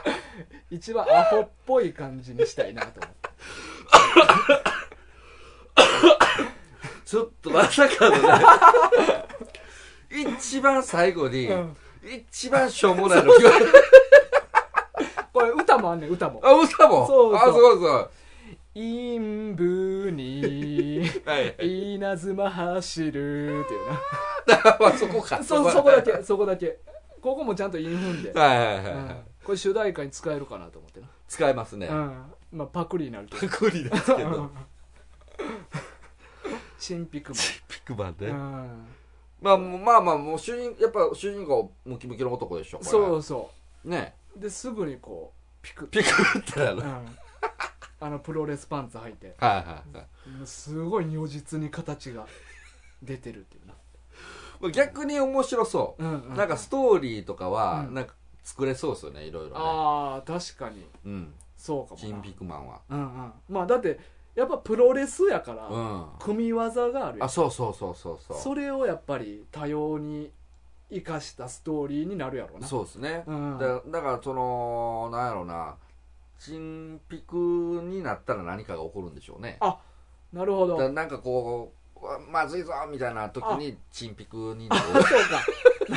Speaker 1: 一番アホっぽい感じにしたいなと思って。
Speaker 2: い。ちょっとまさかのね、 [LAUGHS] 一番最後に、
Speaker 1: うん
Speaker 2: 一番しょうもないの決ま
Speaker 1: [LAUGHS]
Speaker 2: る。
Speaker 1: これ歌もあんねん、歌も。
Speaker 2: あ、嘘も
Speaker 1: そうそう
Speaker 2: あ、すごいすごい。
Speaker 1: 陰部に、
Speaker 2: はい。
Speaker 1: 稲妻走るっていうな。
Speaker 2: まあ、そこか。
Speaker 1: そそこだけそこだけここもちゃんとインフンで、
Speaker 2: はいはいはいは
Speaker 1: う
Speaker 2: い。
Speaker 1: んこれ主題歌に使えるかなと思ってな、
Speaker 2: 使えます [LAUGHS] ね。
Speaker 1: うんまあ、パクリになるけ
Speaker 2: パクリですけ
Speaker 1: ど
Speaker 2: ど。
Speaker 1: チンピク
Speaker 2: チンピクマン
Speaker 1: マン、
Speaker 2: ね。
Speaker 1: うん
Speaker 2: まあ、もうまあまあ、もう主人、やっぱ主人公、ムキムキの男でしょ、これ
Speaker 1: そうそ
Speaker 2: ね。
Speaker 1: うですぐにこうピク
Speaker 2: ピクってなる。
Speaker 1: う
Speaker 2: はい
Speaker 1: んあのプロレスパンツ履いて
Speaker 2: はいはい。
Speaker 1: すごい如実に形が出てるっていうな、
Speaker 2: まあ逆に面白そう
Speaker 1: う。んうん
Speaker 2: なんかストーリーとかは、
Speaker 1: うん
Speaker 2: なんか作れそうですよね、いろいろね。
Speaker 1: ああ確かに
Speaker 2: うん。
Speaker 1: そうかもな
Speaker 2: チンピクマンは。
Speaker 1: うんうんまあだってやっぱプロレスやから、
Speaker 2: う
Speaker 1: 組み技がある
Speaker 2: ん。
Speaker 1: やん
Speaker 2: あ、そうそうそうそうそう。
Speaker 1: それをやっぱり多様に生かしたストーリーになるやろうな
Speaker 2: そうですね。
Speaker 1: うん、
Speaker 2: だだからそのなんやろうなチンピクになったら何かが起こるんでしょうね
Speaker 1: なるほ
Speaker 2: だ
Speaker 1: ど
Speaker 2: か
Speaker 1: あ
Speaker 2: らなんかこううわまずいぞみたいな時にチンピクになる
Speaker 1: そう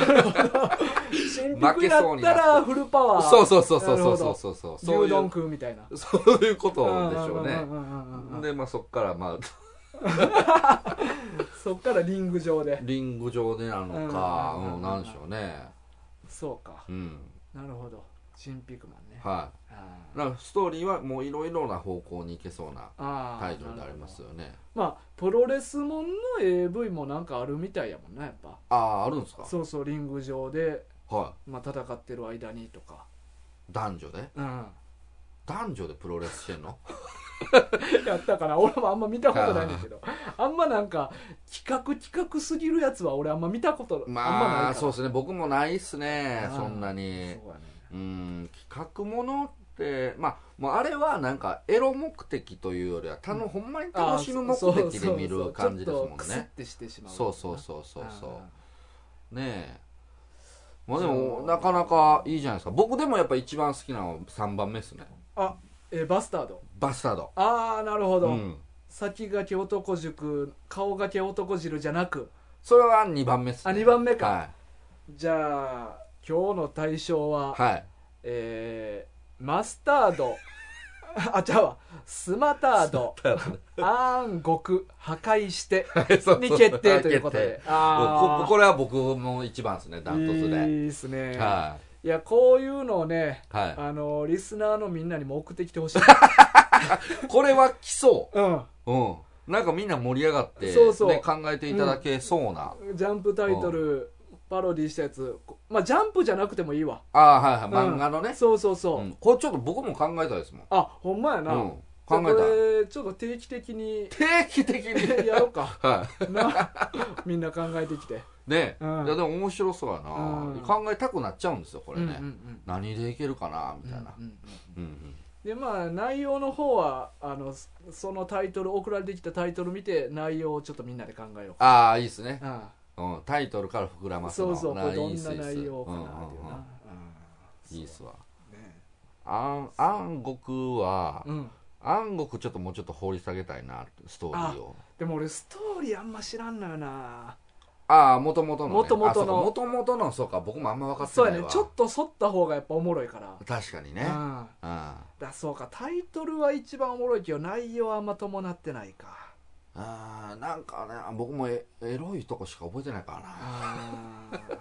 Speaker 2: [LAUGHS]
Speaker 1: かなるほど新
Speaker 2: 負
Speaker 1: 服
Speaker 2: け
Speaker 1: だ
Speaker 2: そう
Speaker 1: っ
Speaker 2: に
Speaker 1: た
Speaker 2: な
Speaker 1: ら
Speaker 2: る
Speaker 1: フルパワー
Speaker 2: そうそうそうそう
Speaker 1: なる
Speaker 2: そ
Speaker 1: ほ
Speaker 2: うそ
Speaker 1: ど
Speaker 2: うそうそうそう
Speaker 1: 牛
Speaker 2: い
Speaker 1: 丼
Speaker 2: う
Speaker 1: 食うみたいな
Speaker 2: そういうことでしょうね
Speaker 1: んんうんうんうん
Speaker 2: でまあそっからまあ
Speaker 1: そっからリング上で
Speaker 2: リング上でなのか
Speaker 1: うんうんうんうん
Speaker 2: うんなんでしょうね
Speaker 1: そうか
Speaker 2: うん
Speaker 1: なるほどチンピクマンね
Speaker 2: は
Speaker 1: あ
Speaker 2: い
Speaker 1: ー
Speaker 2: だからストーリーはもういろいろな方向に行けそうな
Speaker 1: あー
Speaker 2: タイトルでありますよね
Speaker 1: まあプロレスもんの AV もなんかあるみたいやもんなやっぱ
Speaker 2: ああーあるんですか
Speaker 1: そうそうリング上で、
Speaker 2: は
Speaker 1: まあ、戦ってる間にとか
Speaker 2: い男女で
Speaker 1: うん
Speaker 2: 男女でプロレスしてんの
Speaker 1: やったかな俺もあんま見たことないんだけどあんまなんか企画企画すぎるやつは俺あんま見たことあんまないから
Speaker 2: まあ、そうですね、僕もないっすね、
Speaker 1: うん
Speaker 2: そんな
Speaker 1: そう
Speaker 2: に。
Speaker 1: やね
Speaker 2: うん、企画ものって、まあ、もうあれはなんか、エロ目的というよりは、たの、ほんまに
Speaker 1: あー
Speaker 2: 楽しむ目
Speaker 1: そうそう
Speaker 2: 的で見る感じですもん
Speaker 1: そうそうちょっとクスっ
Speaker 2: ね。
Speaker 1: てしてしまう
Speaker 2: そうそうそうそうそう。ねえ。まあで
Speaker 1: そ
Speaker 2: も、
Speaker 1: う
Speaker 2: なかなかいいじゃないですか。僕でもやっぱ一番好きなのは3番目ですね。
Speaker 1: あえーバスタード
Speaker 2: バスタード。
Speaker 1: ああなるほど、
Speaker 2: うん。
Speaker 1: 先駆け男塾顔がけ男汁じゃなく
Speaker 2: それは2番目っす
Speaker 1: あ
Speaker 2: ね。
Speaker 1: 2番目か、
Speaker 2: は
Speaker 1: じゃあ今日の対象は、
Speaker 2: い。はい。
Speaker 1: えーマスタード [LAUGHS] あちゃうわスマタード暗黒破壊して
Speaker 2: そう [LAUGHS] そ
Speaker 1: [LAUGHS]
Speaker 2: う
Speaker 1: に決定ということで。
Speaker 2: こ
Speaker 1: あ
Speaker 2: これは僕も一番ですね、ダントツ
Speaker 1: い
Speaker 2: で。
Speaker 1: いですね。
Speaker 2: はい
Speaker 1: や、こういうのをね、
Speaker 2: い。は
Speaker 1: あの、リスナーのみんなにも送ってきてほ
Speaker 2: [LAUGHS]
Speaker 1: しい。
Speaker 2: い。これは来そ
Speaker 1: うん。
Speaker 2: う。うん。なんかみんな盛り上がって、
Speaker 1: そうそう
Speaker 2: ね、考えていただけそうな。
Speaker 1: ジャンプタイトル、パロディしたやつ。こまあ、ジャンプじゃなくてもいいわ。
Speaker 2: ああ、はいはい。
Speaker 1: うん
Speaker 2: 漫画のね。
Speaker 1: そうそうそう。
Speaker 2: うん。これちょっと僕も考えたですもん。
Speaker 1: あ、ほんまやな。
Speaker 2: うん。
Speaker 1: じゃ
Speaker 2: 考
Speaker 1: あ
Speaker 2: え
Speaker 1: これ、ちょっと定期的に
Speaker 2: た。定期的
Speaker 1: [LAUGHS]
Speaker 2: に。
Speaker 1: やろう
Speaker 2: [LAUGHS]
Speaker 1: か。
Speaker 2: は
Speaker 1: な。みんな考えてきて。
Speaker 2: い。ね。い
Speaker 1: うん
Speaker 2: や、でも面白そうやな
Speaker 1: うん。
Speaker 2: 考えたくなっちゃうんですよ、これ
Speaker 1: うんう
Speaker 2: ね。
Speaker 1: ん
Speaker 2: 何でいけるかな、み
Speaker 1: うん
Speaker 2: たいな
Speaker 1: う。んうんうん
Speaker 2: うんうん。
Speaker 1: でまあ内容の方はあのそそのタイトル送られてきたタイトル見て内容をちょっとみんなで考えようか
Speaker 2: ああ、いいですね。
Speaker 1: あ
Speaker 2: うん。タイトルから膨ら
Speaker 1: あ
Speaker 2: ます
Speaker 1: そ
Speaker 2: の。
Speaker 1: うそうこれど
Speaker 2: いいっ
Speaker 1: ん
Speaker 2: す
Speaker 1: ない
Speaker 2: いっす
Speaker 1: 内容かな
Speaker 2: うんうん
Speaker 1: っていう
Speaker 2: うん
Speaker 1: なうん
Speaker 2: いいっすわ。
Speaker 1: そうね
Speaker 2: 暗暗黒は、
Speaker 1: うん
Speaker 2: 暗黒ちょっともうちょっと掘り下げたいなストーリーを
Speaker 1: でも俺ストーリーあんま知らんのよな
Speaker 2: ああもともとの、ね、
Speaker 1: 元々の
Speaker 2: あそうか元々のそうか僕もあんま分かって
Speaker 1: そう
Speaker 2: な
Speaker 1: や
Speaker 2: い
Speaker 1: ね
Speaker 2: わ
Speaker 1: ちょっと反った方がやっぱおもろいから
Speaker 2: 確かに
Speaker 1: う
Speaker 2: ね
Speaker 1: ん
Speaker 2: うん
Speaker 1: だそうかタイトルは一番おもろいけど内容はあんま伴ってないか
Speaker 2: あーなんかねあ僕もエエロいとこしか覚えてないか
Speaker 1: あー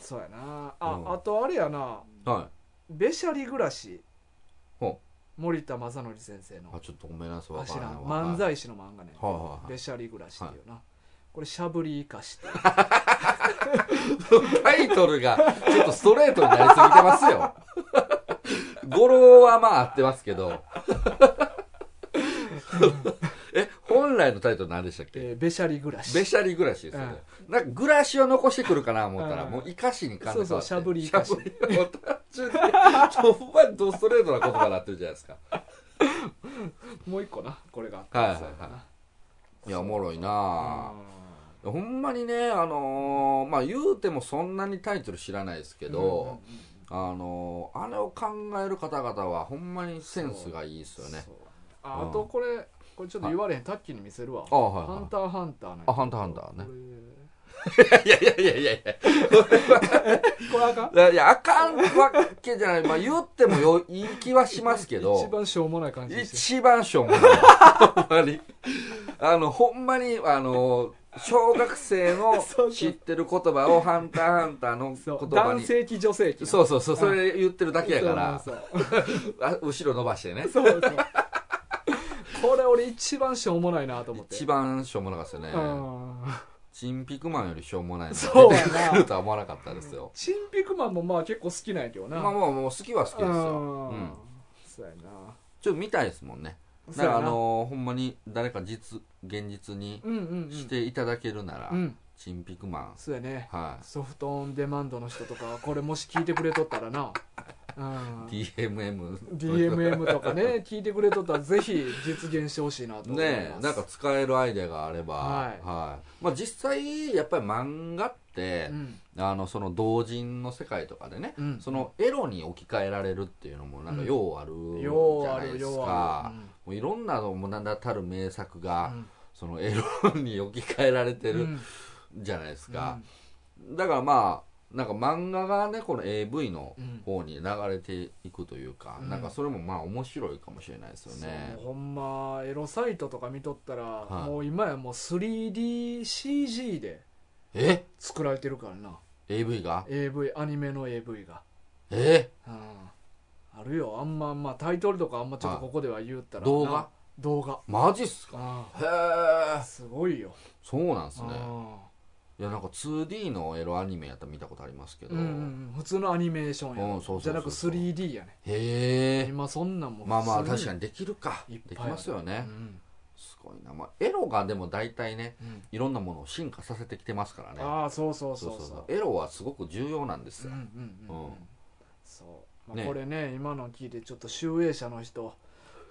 Speaker 1: そうやなあ
Speaker 2: うん
Speaker 1: あとあれやな
Speaker 2: らなはい
Speaker 1: べしゃり暮らし
Speaker 2: ほ
Speaker 1: 森田正則先生の
Speaker 2: あちょっとごめんなさい
Speaker 1: あ
Speaker 2: わ
Speaker 1: 知
Speaker 2: からら
Speaker 1: ん
Speaker 2: ん
Speaker 1: 漫才師の漫画ね
Speaker 2: はいはいは
Speaker 1: でシャリ暮らしっていうなこれしゃぶり生かして
Speaker 2: いタイトルがちょっとストレートになりすぎてますよ語呂はまあ合ってますけどえ本来のタイトル何でしたっけ
Speaker 1: えーべしゃり暮らし
Speaker 2: べしゃり暮らしですよね、なんか暮らしを残してくるかな思ったら、
Speaker 1: うん
Speaker 2: もう生かしに感じ
Speaker 1: そうそうしゃぶり生かし
Speaker 2: しゃぶりもう単純でほんまにドストレートな言葉になってるじゃないですか
Speaker 1: もう一個なこれがあっ
Speaker 2: はい
Speaker 1: た
Speaker 2: はいはいいや
Speaker 1: そう
Speaker 2: おもろい
Speaker 1: あ
Speaker 2: なぁほんまにねあのーまあ言うてもそんなにタイトル知らないですけ
Speaker 1: け
Speaker 2: ど、あのーあれを考える方々はほんまにセンスがいいですよね
Speaker 1: あ
Speaker 2: うん
Speaker 1: あとこれこれちょっと言われへんタッキーに見せるわ
Speaker 2: あはい
Speaker 1: ハ
Speaker 2: は
Speaker 1: ン
Speaker 2: い
Speaker 1: ターハンターね
Speaker 2: あハンターハンターね
Speaker 1: こ
Speaker 2: いやいやいやいやいや
Speaker 1: れこれあかん
Speaker 2: いやいやあかんわけじゃないまあ言ってもよいい気はしますけど
Speaker 1: 一番しょうもない感じにして
Speaker 2: 一番しょうもないほんまに [LAUGHS] あのほんまにあの小学生
Speaker 1: [LAUGHS] そ
Speaker 2: の
Speaker 1: うそう
Speaker 2: 知ってる言葉を「ハンターハンター」の
Speaker 1: そう
Speaker 2: 言葉
Speaker 1: 男
Speaker 2: に
Speaker 1: 性器女性器な
Speaker 2: そうそうそうそれ言ってるだけやから
Speaker 1: そうそう
Speaker 2: [LAUGHS] あ後ろ伸ばしてね
Speaker 1: そうそうそうこれ俺一番しょうもないなと思って
Speaker 2: 一番しょうもなかったで
Speaker 1: う
Speaker 2: すよね
Speaker 1: ん
Speaker 2: チンピクマンよりしょうもないの
Speaker 1: そう
Speaker 2: 出
Speaker 1: や
Speaker 2: て
Speaker 1: な
Speaker 2: くるとは思わなかったですよ
Speaker 1: チンピクマンもまあ結構好きなんやけどな、
Speaker 2: まあもうもう好きは好きですよ
Speaker 1: う
Speaker 2: うん
Speaker 1: んそうやな
Speaker 2: ちょっと見たいですもんねだ
Speaker 1: そうや
Speaker 2: から
Speaker 1: な
Speaker 2: あのほんまに誰か実現実に
Speaker 1: うんうんうん
Speaker 2: していただけるなら
Speaker 1: うん
Speaker 2: チンピクマン
Speaker 1: そうやね
Speaker 2: はい
Speaker 1: ソフトオンデマンドの人とかこれもし聞いてくれとったらな、うん、
Speaker 2: DMM
Speaker 1: DMM とかね聞いてくれとったらぜひ実現してほしいなと思います
Speaker 2: ねえなんか使えるアイデアがあれば、は
Speaker 1: はいい
Speaker 2: まあ、実際やっぱり漫画って
Speaker 1: う、ん
Speaker 2: あのその同人の世界とかでね、
Speaker 1: うん
Speaker 2: そのエロに置き換えられるっていうのもなんか
Speaker 1: うん
Speaker 2: ようある
Speaker 1: よ
Speaker 2: じ
Speaker 1: う
Speaker 2: ゃ
Speaker 1: あ
Speaker 2: ない
Speaker 1: る
Speaker 2: です
Speaker 1: よう
Speaker 2: か
Speaker 1: あ、る
Speaker 2: もういろんなのも名だたる名作
Speaker 1: う
Speaker 2: が、
Speaker 1: ん
Speaker 2: そのエロに置き換えられて
Speaker 1: うんう
Speaker 2: る
Speaker 1: ん
Speaker 2: じゃないですか、だからまあなんか漫画がねこの AV の
Speaker 1: うん
Speaker 2: 方に流れていくというか、
Speaker 1: うん
Speaker 2: なんかそれもまあ面白いかもしれないですよね
Speaker 1: そうほんまエロサイトとか見とったら、
Speaker 2: はい
Speaker 1: もう今やもう 3DCG で
Speaker 2: え
Speaker 1: 作られてるからな
Speaker 2: AV が
Speaker 1: AV アニメの AV が、
Speaker 2: え
Speaker 1: うん、あるよあんままあタイトルとかあんまちょっとここでは言ったらな
Speaker 2: 動画
Speaker 1: 動画
Speaker 2: マジっすか
Speaker 1: あ
Speaker 2: へえ
Speaker 1: あすごいよ、
Speaker 2: そうなんですね
Speaker 1: あ
Speaker 2: いやなんか 2D のエロアニメやったら見たことありますけ
Speaker 1: あ
Speaker 2: ど、
Speaker 1: うんうんうん、普通のアニメーションや、
Speaker 2: うんそうそうそうそう
Speaker 1: じゃなく 3D やね
Speaker 2: へえ
Speaker 1: 今そんなんも
Speaker 2: まあまあ
Speaker 1: 普通に
Speaker 2: 確かにできるか
Speaker 1: いっ
Speaker 2: でき
Speaker 1: ぱいある
Speaker 2: ますよね、
Speaker 1: うん
Speaker 2: すごいな、まあ、エロがでも大体ね
Speaker 1: うん
Speaker 2: いろんなものを進化させてきてますからね
Speaker 1: ああそうそうそうそう
Speaker 2: エロはすごく重要なんです
Speaker 1: う
Speaker 2: よ、
Speaker 1: んうんうん、
Speaker 2: う
Speaker 1: うんん、そう、まあ
Speaker 2: ね
Speaker 1: これね今の聞いてちょっと集英社の人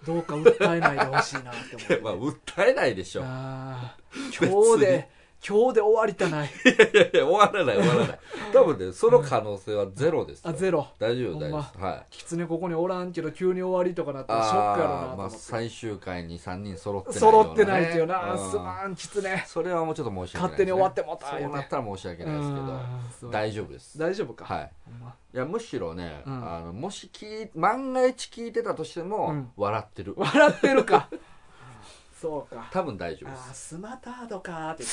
Speaker 1: どうか訴えないでほしいなって思って、
Speaker 2: [LAUGHS] まあ訴えないでしょい
Speaker 1: あー今日で今日で終わりたない
Speaker 2: やいや [LAUGHS] 終わらない終わらない多分ねその可能性はゼロですよ、
Speaker 1: あゼロ
Speaker 2: 大丈夫
Speaker 1: ほん
Speaker 2: 大
Speaker 1: ま
Speaker 2: 丈夫です、はい
Speaker 1: 狐ここにおらんけど急に終わりとかなったらショックやろうな
Speaker 2: あ
Speaker 1: と
Speaker 2: ーま
Speaker 1: 思
Speaker 2: あ
Speaker 1: って、
Speaker 2: 最終回に3人揃ってないようなね
Speaker 1: 揃ってないっていうな、
Speaker 2: うん
Speaker 1: すまん狐
Speaker 2: それはもうちょっと申し訳ない
Speaker 1: 勝手に終わっててもうた
Speaker 2: そうなったら申し訳ないですけど
Speaker 1: け
Speaker 2: 大丈夫です
Speaker 1: 大丈夫か、
Speaker 2: はい
Speaker 1: ほんま
Speaker 2: いやむしろね、
Speaker 1: うん
Speaker 2: あのもし聞い万が一聞いてたとして
Speaker 1: う
Speaker 2: も、
Speaker 1: ん
Speaker 2: 笑ってる
Speaker 1: 笑ってる
Speaker 2: [LAUGHS]
Speaker 1: かそうか
Speaker 2: 多分大丈夫
Speaker 1: あ
Speaker 2: で
Speaker 1: ースマタードかーって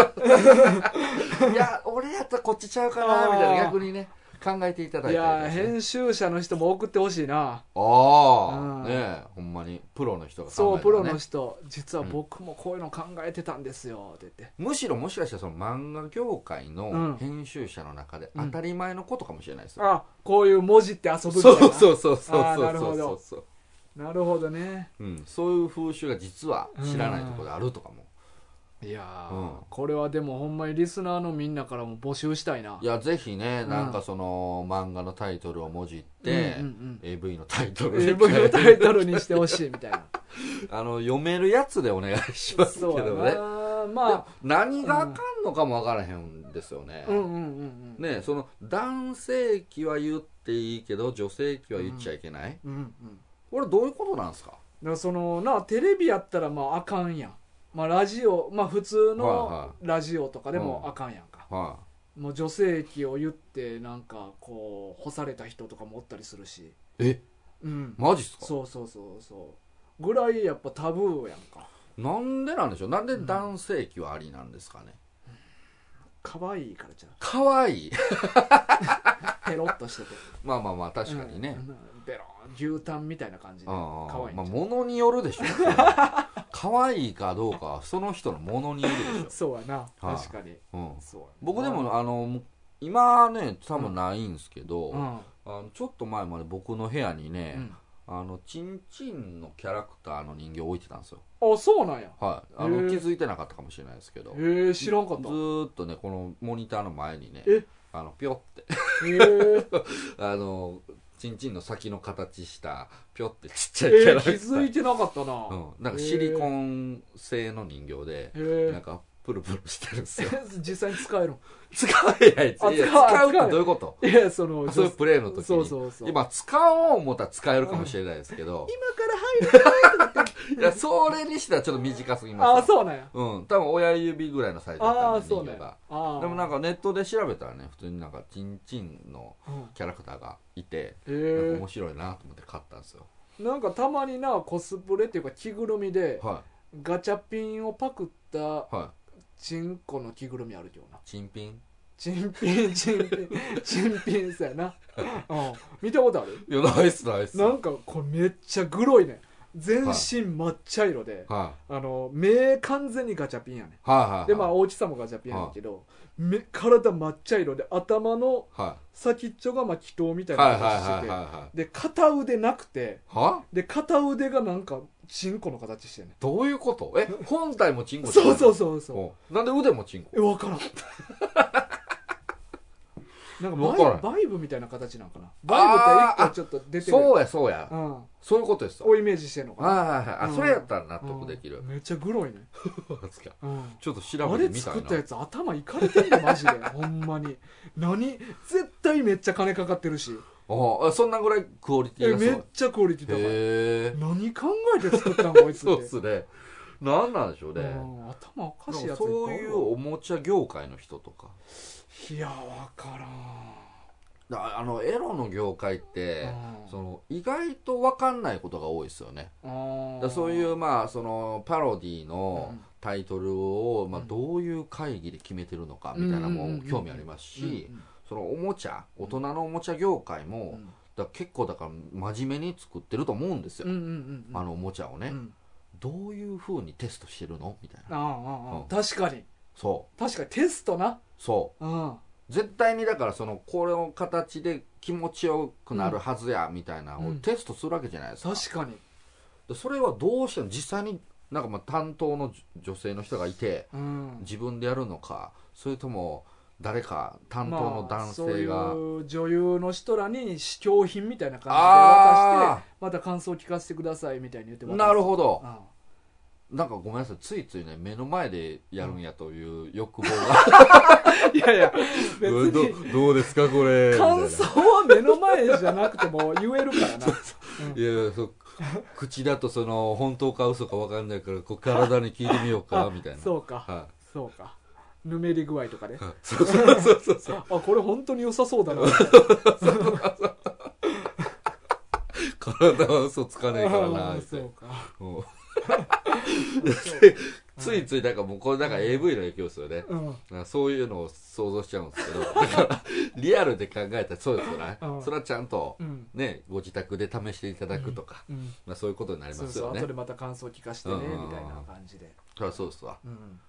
Speaker 1: 言って
Speaker 2: すいや俺やったらこっちちゃうかなみたいな
Speaker 1: あー
Speaker 2: 逆にね考えていただ
Speaker 1: い
Speaker 2: い
Speaker 1: や
Speaker 2: た
Speaker 1: ー
Speaker 2: りとかね
Speaker 1: 編集者の人も送ってほしいな
Speaker 2: あ
Speaker 1: うん
Speaker 2: あねえほんまにプロの人が考えたら
Speaker 1: そ
Speaker 2: ね
Speaker 1: うプロの人実は僕もこういうの考えてたんですよって言って
Speaker 2: むしろもしかしたらその漫画業界
Speaker 1: う
Speaker 2: の
Speaker 1: ん
Speaker 2: 編集者の中で
Speaker 1: う
Speaker 2: 当
Speaker 1: ん
Speaker 2: たり前のことかもしれないですよ、 [LAUGHS]
Speaker 1: あこういう文字って遊ぶみたいな
Speaker 2: そうそうそうそう
Speaker 1: あー
Speaker 2: そ
Speaker 1: な
Speaker 2: う
Speaker 1: る
Speaker 2: そ
Speaker 1: ほ
Speaker 2: う
Speaker 1: ど
Speaker 2: そうそう
Speaker 1: なるほどね
Speaker 2: うん、そういう風習が実は知らないところであるとかも、
Speaker 1: いやー、
Speaker 2: うん
Speaker 1: これはでもほんまにリスナーのみんなからも募集したいない
Speaker 2: やぜひね
Speaker 1: うん
Speaker 2: なんかその漫画のタイトルをもじって、
Speaker 1: うんうんうん
Speaker 2: AV のタイトル
Speaker 1: AV のタイトルにしてほしいみたいな
Speaker 2: [LAUGHS] あの読めるやつでお願いし [LAUGHS] ますけ
Speaker 1: そうや
Speaker 2: どね
Speaker 1: なまあ
Speaker 2: 何があかんのかもわからへんですよね、
Speaker 1: うんうんうんうん
Speaker 2: ねその男性器は言っていいけど女性器は言っちゃいけない、
Speaker 1: うんうん
Speaker 2: これどういうことなんですか
Speaker 1: だからそのなテレビやったらまああかんやんまあラジオまあ普通
Speaker 2: はいは
Speaker 1: のラジオとかでもあかんやんか、
Speaker 2: は
Speaker 1: もう女性器を言ってなんかこう干された人とかもおったりするし
Speaker 2: い、え
Speaker 1: うん、
Speaker 2: マジっすか
Speaker 1: そうそうそうそうぐらいやっぱタブーやんか
Speaker 2: なんでなんでしょうなんで男性器はありなんですかね、
Speaker 1: 可愛いからじゃん
Speaker 2: かわいい [LAUGHS]
Speaker 1: ペロッとしてて
Speaker 2: まあまあまあ [LAUGHS] 確かにね、
Speaker 1: うんうんベローン牛タンみたいな感じで
Speaker 2: あ
Speaker 1: 可
Speaker 2: あ
Speaker 1: 愛い
Speaker 2: ま
Speaker 1: ん
Speaker 2: あ
Speaker 1: じゃん
Speaker 2: ものによるでしょ可愛いかどうかはその人のものによるでし
Speaker 1: そうやな
Speaker 2: はい
Speaker 1: 確かに
Speaker 2: ょ、うん、
Speaker 1: そうやな
Speaker 2: 僕でもあの今ね多分ないんですけど、
Speaker 1: うんうん
Speaker 2: あのちょっと前まで僕の部屋にね、あのチンチンのキャラクターの人形置いてたんですよ
Speaker 1: あそうなんや
Speaker 2: はいあ
Speaker 1: へ
Speaker 2: の
Speaker 1: え
Speaker 2: 気づいてなかったかもしれないですけど
Speaker 1: へえ知らんかった
Speaker 2: ずーっとねこのモニターの前にね
Speaker 1: え
Speaker 2: あのピョって
Speaker 1: へえ
Speaker 2: あのチンチンの先の形したピョってちっちゃいキャ
Speaker 1: え
Speaker 2: ラクタ
Speaker 1: 気
Speaker 2: ー、
Speaker 1: づいてなかったな
Speaker 2: うん、なんかシリコン製の人形で
Speaker 1: へ
Speaker 2: なん
Speaker 1: え
Speaker 2: かプルプルしてる
Speaker 1: [LAUGHS]
Speaker 2: んですよ
Speaker 1: 実際に使えるの
Speaker 2: 使えない
Speaker 1: あ
Speaker 2: やついや
Speaker 1: 使わ
Speaker 2: 使うっ
Speaker 1: 使わ
Speaker 2: てどういうこと
Speaker 1: いやその
Speaker 2: あそういうプレイの時に
Speaker 1: そうそうそう
Speaker 2: 今使おう思ったら使えるかもしれないですけ
Speaker 1: [LAUGHS]
Speaker 2: ど、
Speaker 1: 今から入る
Speaker 2: いやそれにしてはちょっと短すぎ
Speaker 1: あ
Speaker 2: ま
Speaker 1: あ
Speaker 2: す
Speaker 1: そうなん
Speaker 2: [LAUGHS]
Speaker 1: や
Speaker 2: うん多分親指ぐらいのサイズだった
Speaker 1: ああ
Speaker 2: んで
Speaker 1: そ
Speaker 2: 人
Speaker 1: うなんや
Speaker 2: 形が
Speaker 1: ああ
Speaker 2: でもなん
Speaker 1: か
Speaker 2: かネットで調べたらね普通になんかチンチンのキャラクターがいて
Speaker 1: へ
Speaker 2: なんか
Speaker 1: え
Speaker 2: 面白いなと思って買ったんですよ
Speaker 1: なんかたまになコスプレっていうか着ぐるみで
Speaker 2: は
Speaker 1: ガチャピンをパクった
Speaker 2: いは
Speaker 1: チンコの着ぐるみあるけどない
Speaker 2: チンピン
Speaker 1: チンピンチンピ
Speaker 2: [LAUGHS]
Speaker 1: ンチンピンさやな、うん、見たことある
Speaker 2: いやナイスナイス
Speaker 1: な
Speaker 2: は
Speaker 1: んかこれめっちゃグロいね全身抹茶色で
Speaker 2: い、は
Speaker 1: あの目完全にガチャピンやね
Speaker 2: いはいはい
Speaker 1: でまあ大きさもガチャピンやねんけど、目体抹茶色で頭の
Speaker 2: は
Speaker 1: 先っちょがまあ祈祷みた
Speaker 2: い
Speaker 1: い
Speaker 2: はい
Speaker 1: な
Speaker 2: は
Speaker 1: 形
Speaker 2: い
Speaker 1: して
Speaker 2: は
Speaker 1: て、
Speaker 2: いはい
Speaker 1: で片腕なくて
Speaker 2: は
Speaker 1: で片腕がなんかチンコの形してんね
Speaker 2: どういうことえ本体もチンコ
Speaker 1: そうそううそうそう
Speaker 2: うなんで腕もチンコ
Speaker 1: え分からん [LAUGHS] なんか
Speaker 2: わ
Speaker 1: バ
Speaker 2: から
Speaker 1: イ
Speaker 2: ん
Speaker 1: バイブみたいな形なんかなバイブって一個ちょっと出てる
Speaker 2: そうやそうや
Speaker 1: う、ん、
Speaker 2: そういうことですよ
Speaker 1: をイメージしてんのかな
Speaker 2: はいはいはいあ、
Speaker 1: うん
Speaker 2: それやったら納得できる
Speaker 1: うん、めっちゃグロいね、
Speaker 2: そうですか
Speaker 1: うん、
Speaker 2: ちょっと調
Speaker 1: あ
Speaker 2: べ
Speaker 1: れ
Speaker 2: てみた
Speaker 1: 作
Speaker 2: い
Speaker 1: った
Speaker 2: な
Speaker 1: やつ頭いかれてんだマジでほんま
Speaker 2: [LAUGHS]
Speaker 1: に何絶対めっちゃ金かかってるし
Speaker 2: ああそんなぐらいクオリティ
Speaker 1: え
Speaker 2: がす
Speaker 1: め
Speaker 2: ごい
Speaker 1: っちゃクオリティ高い
Speaker 2: へえ
Speaker 1: 何考えて作ったんこいつって
Speaker 2: そうっすねなんなんでしょうね
Speaker 1: うん頭おかしい
Speaker 2: で
Speaker 1: や
Speaker 2: も
Speaker 1: ついっぱいお
Speaker 2: そう
Speaker 1: るわ
Speaker 2: いうおもちゃ業界の人とか
Speaker 1: いやわから
Speaker 2: だあのエロの業界って
Speaker 1: ん、
Speaker 2: その意外と分かんないことが多いですよねだからそういううまあそのパロディの
Speaker 1: うん
Speaker 2: タイトルをまあ
Speaker 1: うん
Speaker 2: どういう会議で決めてるのかみたいなの
Speaker 1: うんうんうん
Speaker 2: も
Speaker 1: うん
Speaker 2: 興味ありますし
Speaker 1: ん
Speaker 2: そのおもちゃ大人のおもちゃ業界
Speaker 1: う
Speaker 2: も
Speaker 1: ん
Speaker 2: だから結構だから真面目に作ってると思うんです
Speaker 1: うん
Speaker 2: よ
Speaker 1: うんうんうん
Speaker 2: あのおもちゃをね
Speaker 1: うん
Speaker 2: どういうふうにテストしてるのみたい
Speaker 1: あ
Speaker 2: な
Speaker 1: あああああ確かに
Speaker 2: そう
Speaker 1: 確かにテストな
Speaker 2: そ
Speaker 1: うん
Speaker 2: う絶対にだからそのこれの形で気持ちよくなるはずやみたいなの
Speaker 1: う
Speaker 2: を
Speaker 1: ん
Speaker 2: テストするわけじゃないですか
Speaker 1: 確かに
Speaker 2: でそれはどうしても実際になんかまあ担当の女性の人がいて
Speaker 1: うん
Speaker 2: 自分でやるのかそれとも誰か担当の男性が、
Speaker 1: まあ、そういう女優の人らに試供品みたいな感じで渡
Speaker 2: あ
Speaker 1: してまた感想聞かせてくださいみたいに言って
Speaker 2: ーなる
Speaker 1: ほ
Speaker 2: ほど
Speaker 1: あ
Speaker 2: なんかごめんなさいついついね目の前でやるんやという欲望が
Speaker 1: あいやいや [LAUGHS] 別
Speaker 2: うん [LAUGHS] ど
Speaker 1: に
Speaker 2: どうですかこれみたいな
Speaker 1: 感想は目の前じゃなくても言えるからな
Speaker 2: いやいやそう口だとその本当か嘘か分かんないからこう体に聞いてみようかみたいな
Speaker 1: そうか
Speaker 2: は
Speaker 1: そうかぬめり具合とかで、
Speaker 2: いはい [LAUGHS] そうそうそうそうそう
Speaker 1: あこれ本当に良さそうだなみたい
Speaker 2: 体は嘘つかねえか
Speaker 1: な
Speaker 2: らな
Speaker 1: [LAUGHS] あ
Speaker 2: っ
Speaker 1: ー
Speaker 2: て
Speaker 1: そうか
Speaker 2: う
Speaker 1: [LAUGHS] そう
Speaker 2: ん
Speaker 1: か
Speaker 2: ついついだからもうこれなんか AV の影響ですよね
Speaker 1: うん
Speaker 2: なんかそういうのを想像しちゃうんですけ
Speaker 1: [LAUGHS]
Speaker 2: どだからリアルで考えたらそうですよね
Speaker 1: うん
Speaker 2: それはちゃんと
Speaker 1: うん
Speaker 2: ねご自宅で試していただくとか、
Speaker 1: うん
Speaker 2: まあ、そういうことになり
Speaker 1: そ
Speaker 2: ま
Speaker 1: う
Speaker 2: す
Speaker 1: そう
Speaker 2: よね
Speaker 1: 後
Speaker 2: そ
Speaker 1: でまた感想聞かせてね
Speaker 2: うんうんうん
Speaker 1: みたいな感じで
Speaker 2: りゃそうですわ
Speaker 1: うん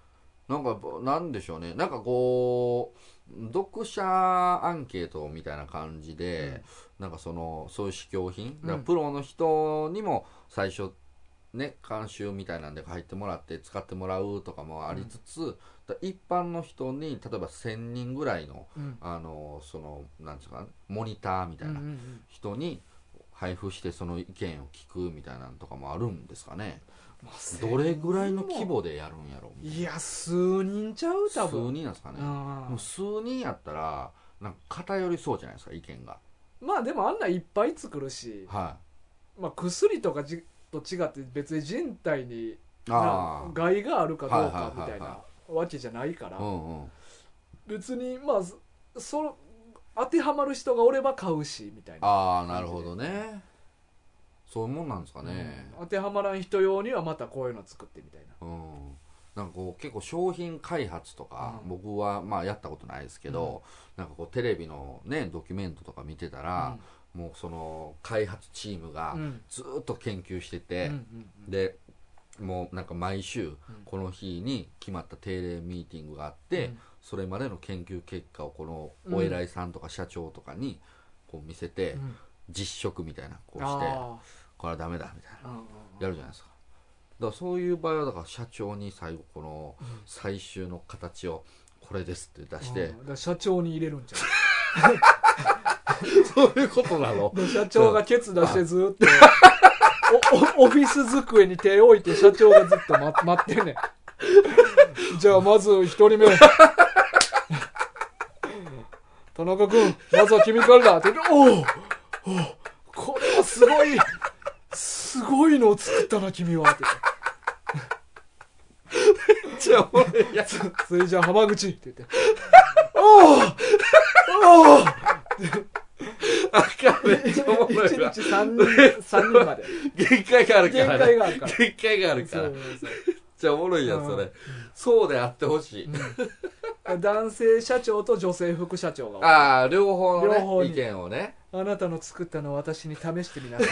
Speaker 2: なんかなんでしょうねなんかこう読者アンケートみたいな感じで、なんかそのそういう試供品だから
Speaker 1: うん
Speaker 2: プロの人にも最初ね監修みたいなんで入ってもらって使ってもらうとかもありつつ、だから一般の人に例えば1000人ぐらいの
Speaker 1: うん
Speaker 2: あのそのなんですかねモニターみたい
Speaker 1: うんう
Speaker 2: なん人に配布してその意見を聞くみたいなのとかもあるんですかね
Speaker 1: まあ
Speaker 2: どれぐらいの規模でやるんやろうみたい
Speaker 1: いや数人ちゃう
Speaker 2: な
Speaker 1: 多分
Speaker 2: 数人なんですかね
Speaker 1: う
Speaker 2: もうん数人やったらなんか偏りそうじゃないですか意見が
Speaker 1: まあでもあんないっぱい作るし、
Speaker 2: は
Speaker 1: まあ、薬とかじと違って別に人体に
Speaker 2: い
Speaker 1: な
Speaker 2: あ
Speaker 1: 害があるかどうかみ
Speaker 2: は
Speaker 1: た
Speaker 2: いはいはい
Speaker 1: い
Speaker 2: は
Speaker 1: なわけじゃないから
Speaker 2: あうんうん
Speaker 1: 別にまあそそ当てはまる人がおれば買うしみたいな
Speaker 2: ああなるほどねそういうもんなんですかね
Speaker 1: うん当てはまらん人用にはまたこういうの作ってみたいな
Speaker 2: うん、なんかこう結構商品開発とか、
Speaker 1: うん
Speaker 2: 僕はまあやったことないですけど、なんかこうテレビのねドキュメントとか見てたら、もうその開発チームが
Speaker 1: うん
Speaker 2: ずーっと研究して
Speaker 1: う
Speaker 2: て、
Speaker 1: んうん
Speaker 2: でもうなんか毎週この日に決まった定例ミーティングがあって、
Speaker 1: うん
Speaker 2: それまでの研究結果をこの
Speaker 1: うん
Speaker 2: お偉いさんとか社長とかにこう見せて、
Speaker 1: うん
Speaker 2: 実食みたいなこうして
Speaker 1: あ
Speaker 2: これはダメだみたいな
Speaker 1: ーうんうん
Speaker 2: やるじゃないですかだからそういう場合はだから社長に最後この最終の形をこれですって出し
Speaker 1: うん
Speaker 2: て
Speaker 1: だから社長に入れるんちゃう
Speaker 2: そういうことなの
Speaker 1: で社長がケツ出してずーっと、おおオフィス机に手を置いて社長がずっと待待ってんね
Speaker 2: [LAUGHS]
Speaker 1: ん。じゃあまず一人目。田中君、まずは君からだって言って、おおこれはすごい、すごいのを作ったな、君は。って言って
Speaker 2: じゃあ俺いやつ
Speaker 1: それじゃあ浜口って言
Speaker 2: [LAUGHS]
Speaker 1: って、おおおお
Speaker 2: あかんめっ
Speaker 1: 一
Speaker 2: ちゃおもろいわ
Speaker 1: 日三人、三人まで。
Speaker 2: 限界があるか
Speaker 1: 限
Speaker 2: ら
Speaker 1: 界
Speaker 2: ね
Speaker 1: があるから。
Speaker 2: 限界があるか
Speaker 1: そ
Speaker 2: らめ
Speaker 1: う
Speaker 2: っ
Speaker 1: そうそう
Speaker 2: ちゃおもろいやんそれそうであってほしい
Speaker 1: 男性社長と女性副社長が
Speaker 2: ああ両方
Speaker 1: 両
Speaker 2: の
Speaker 1: 方
Speaker 2: ね
Speaker 1: に
Speaker 2: 意見をね
Speaker 1: あなたの作ったのを私に試してみなさ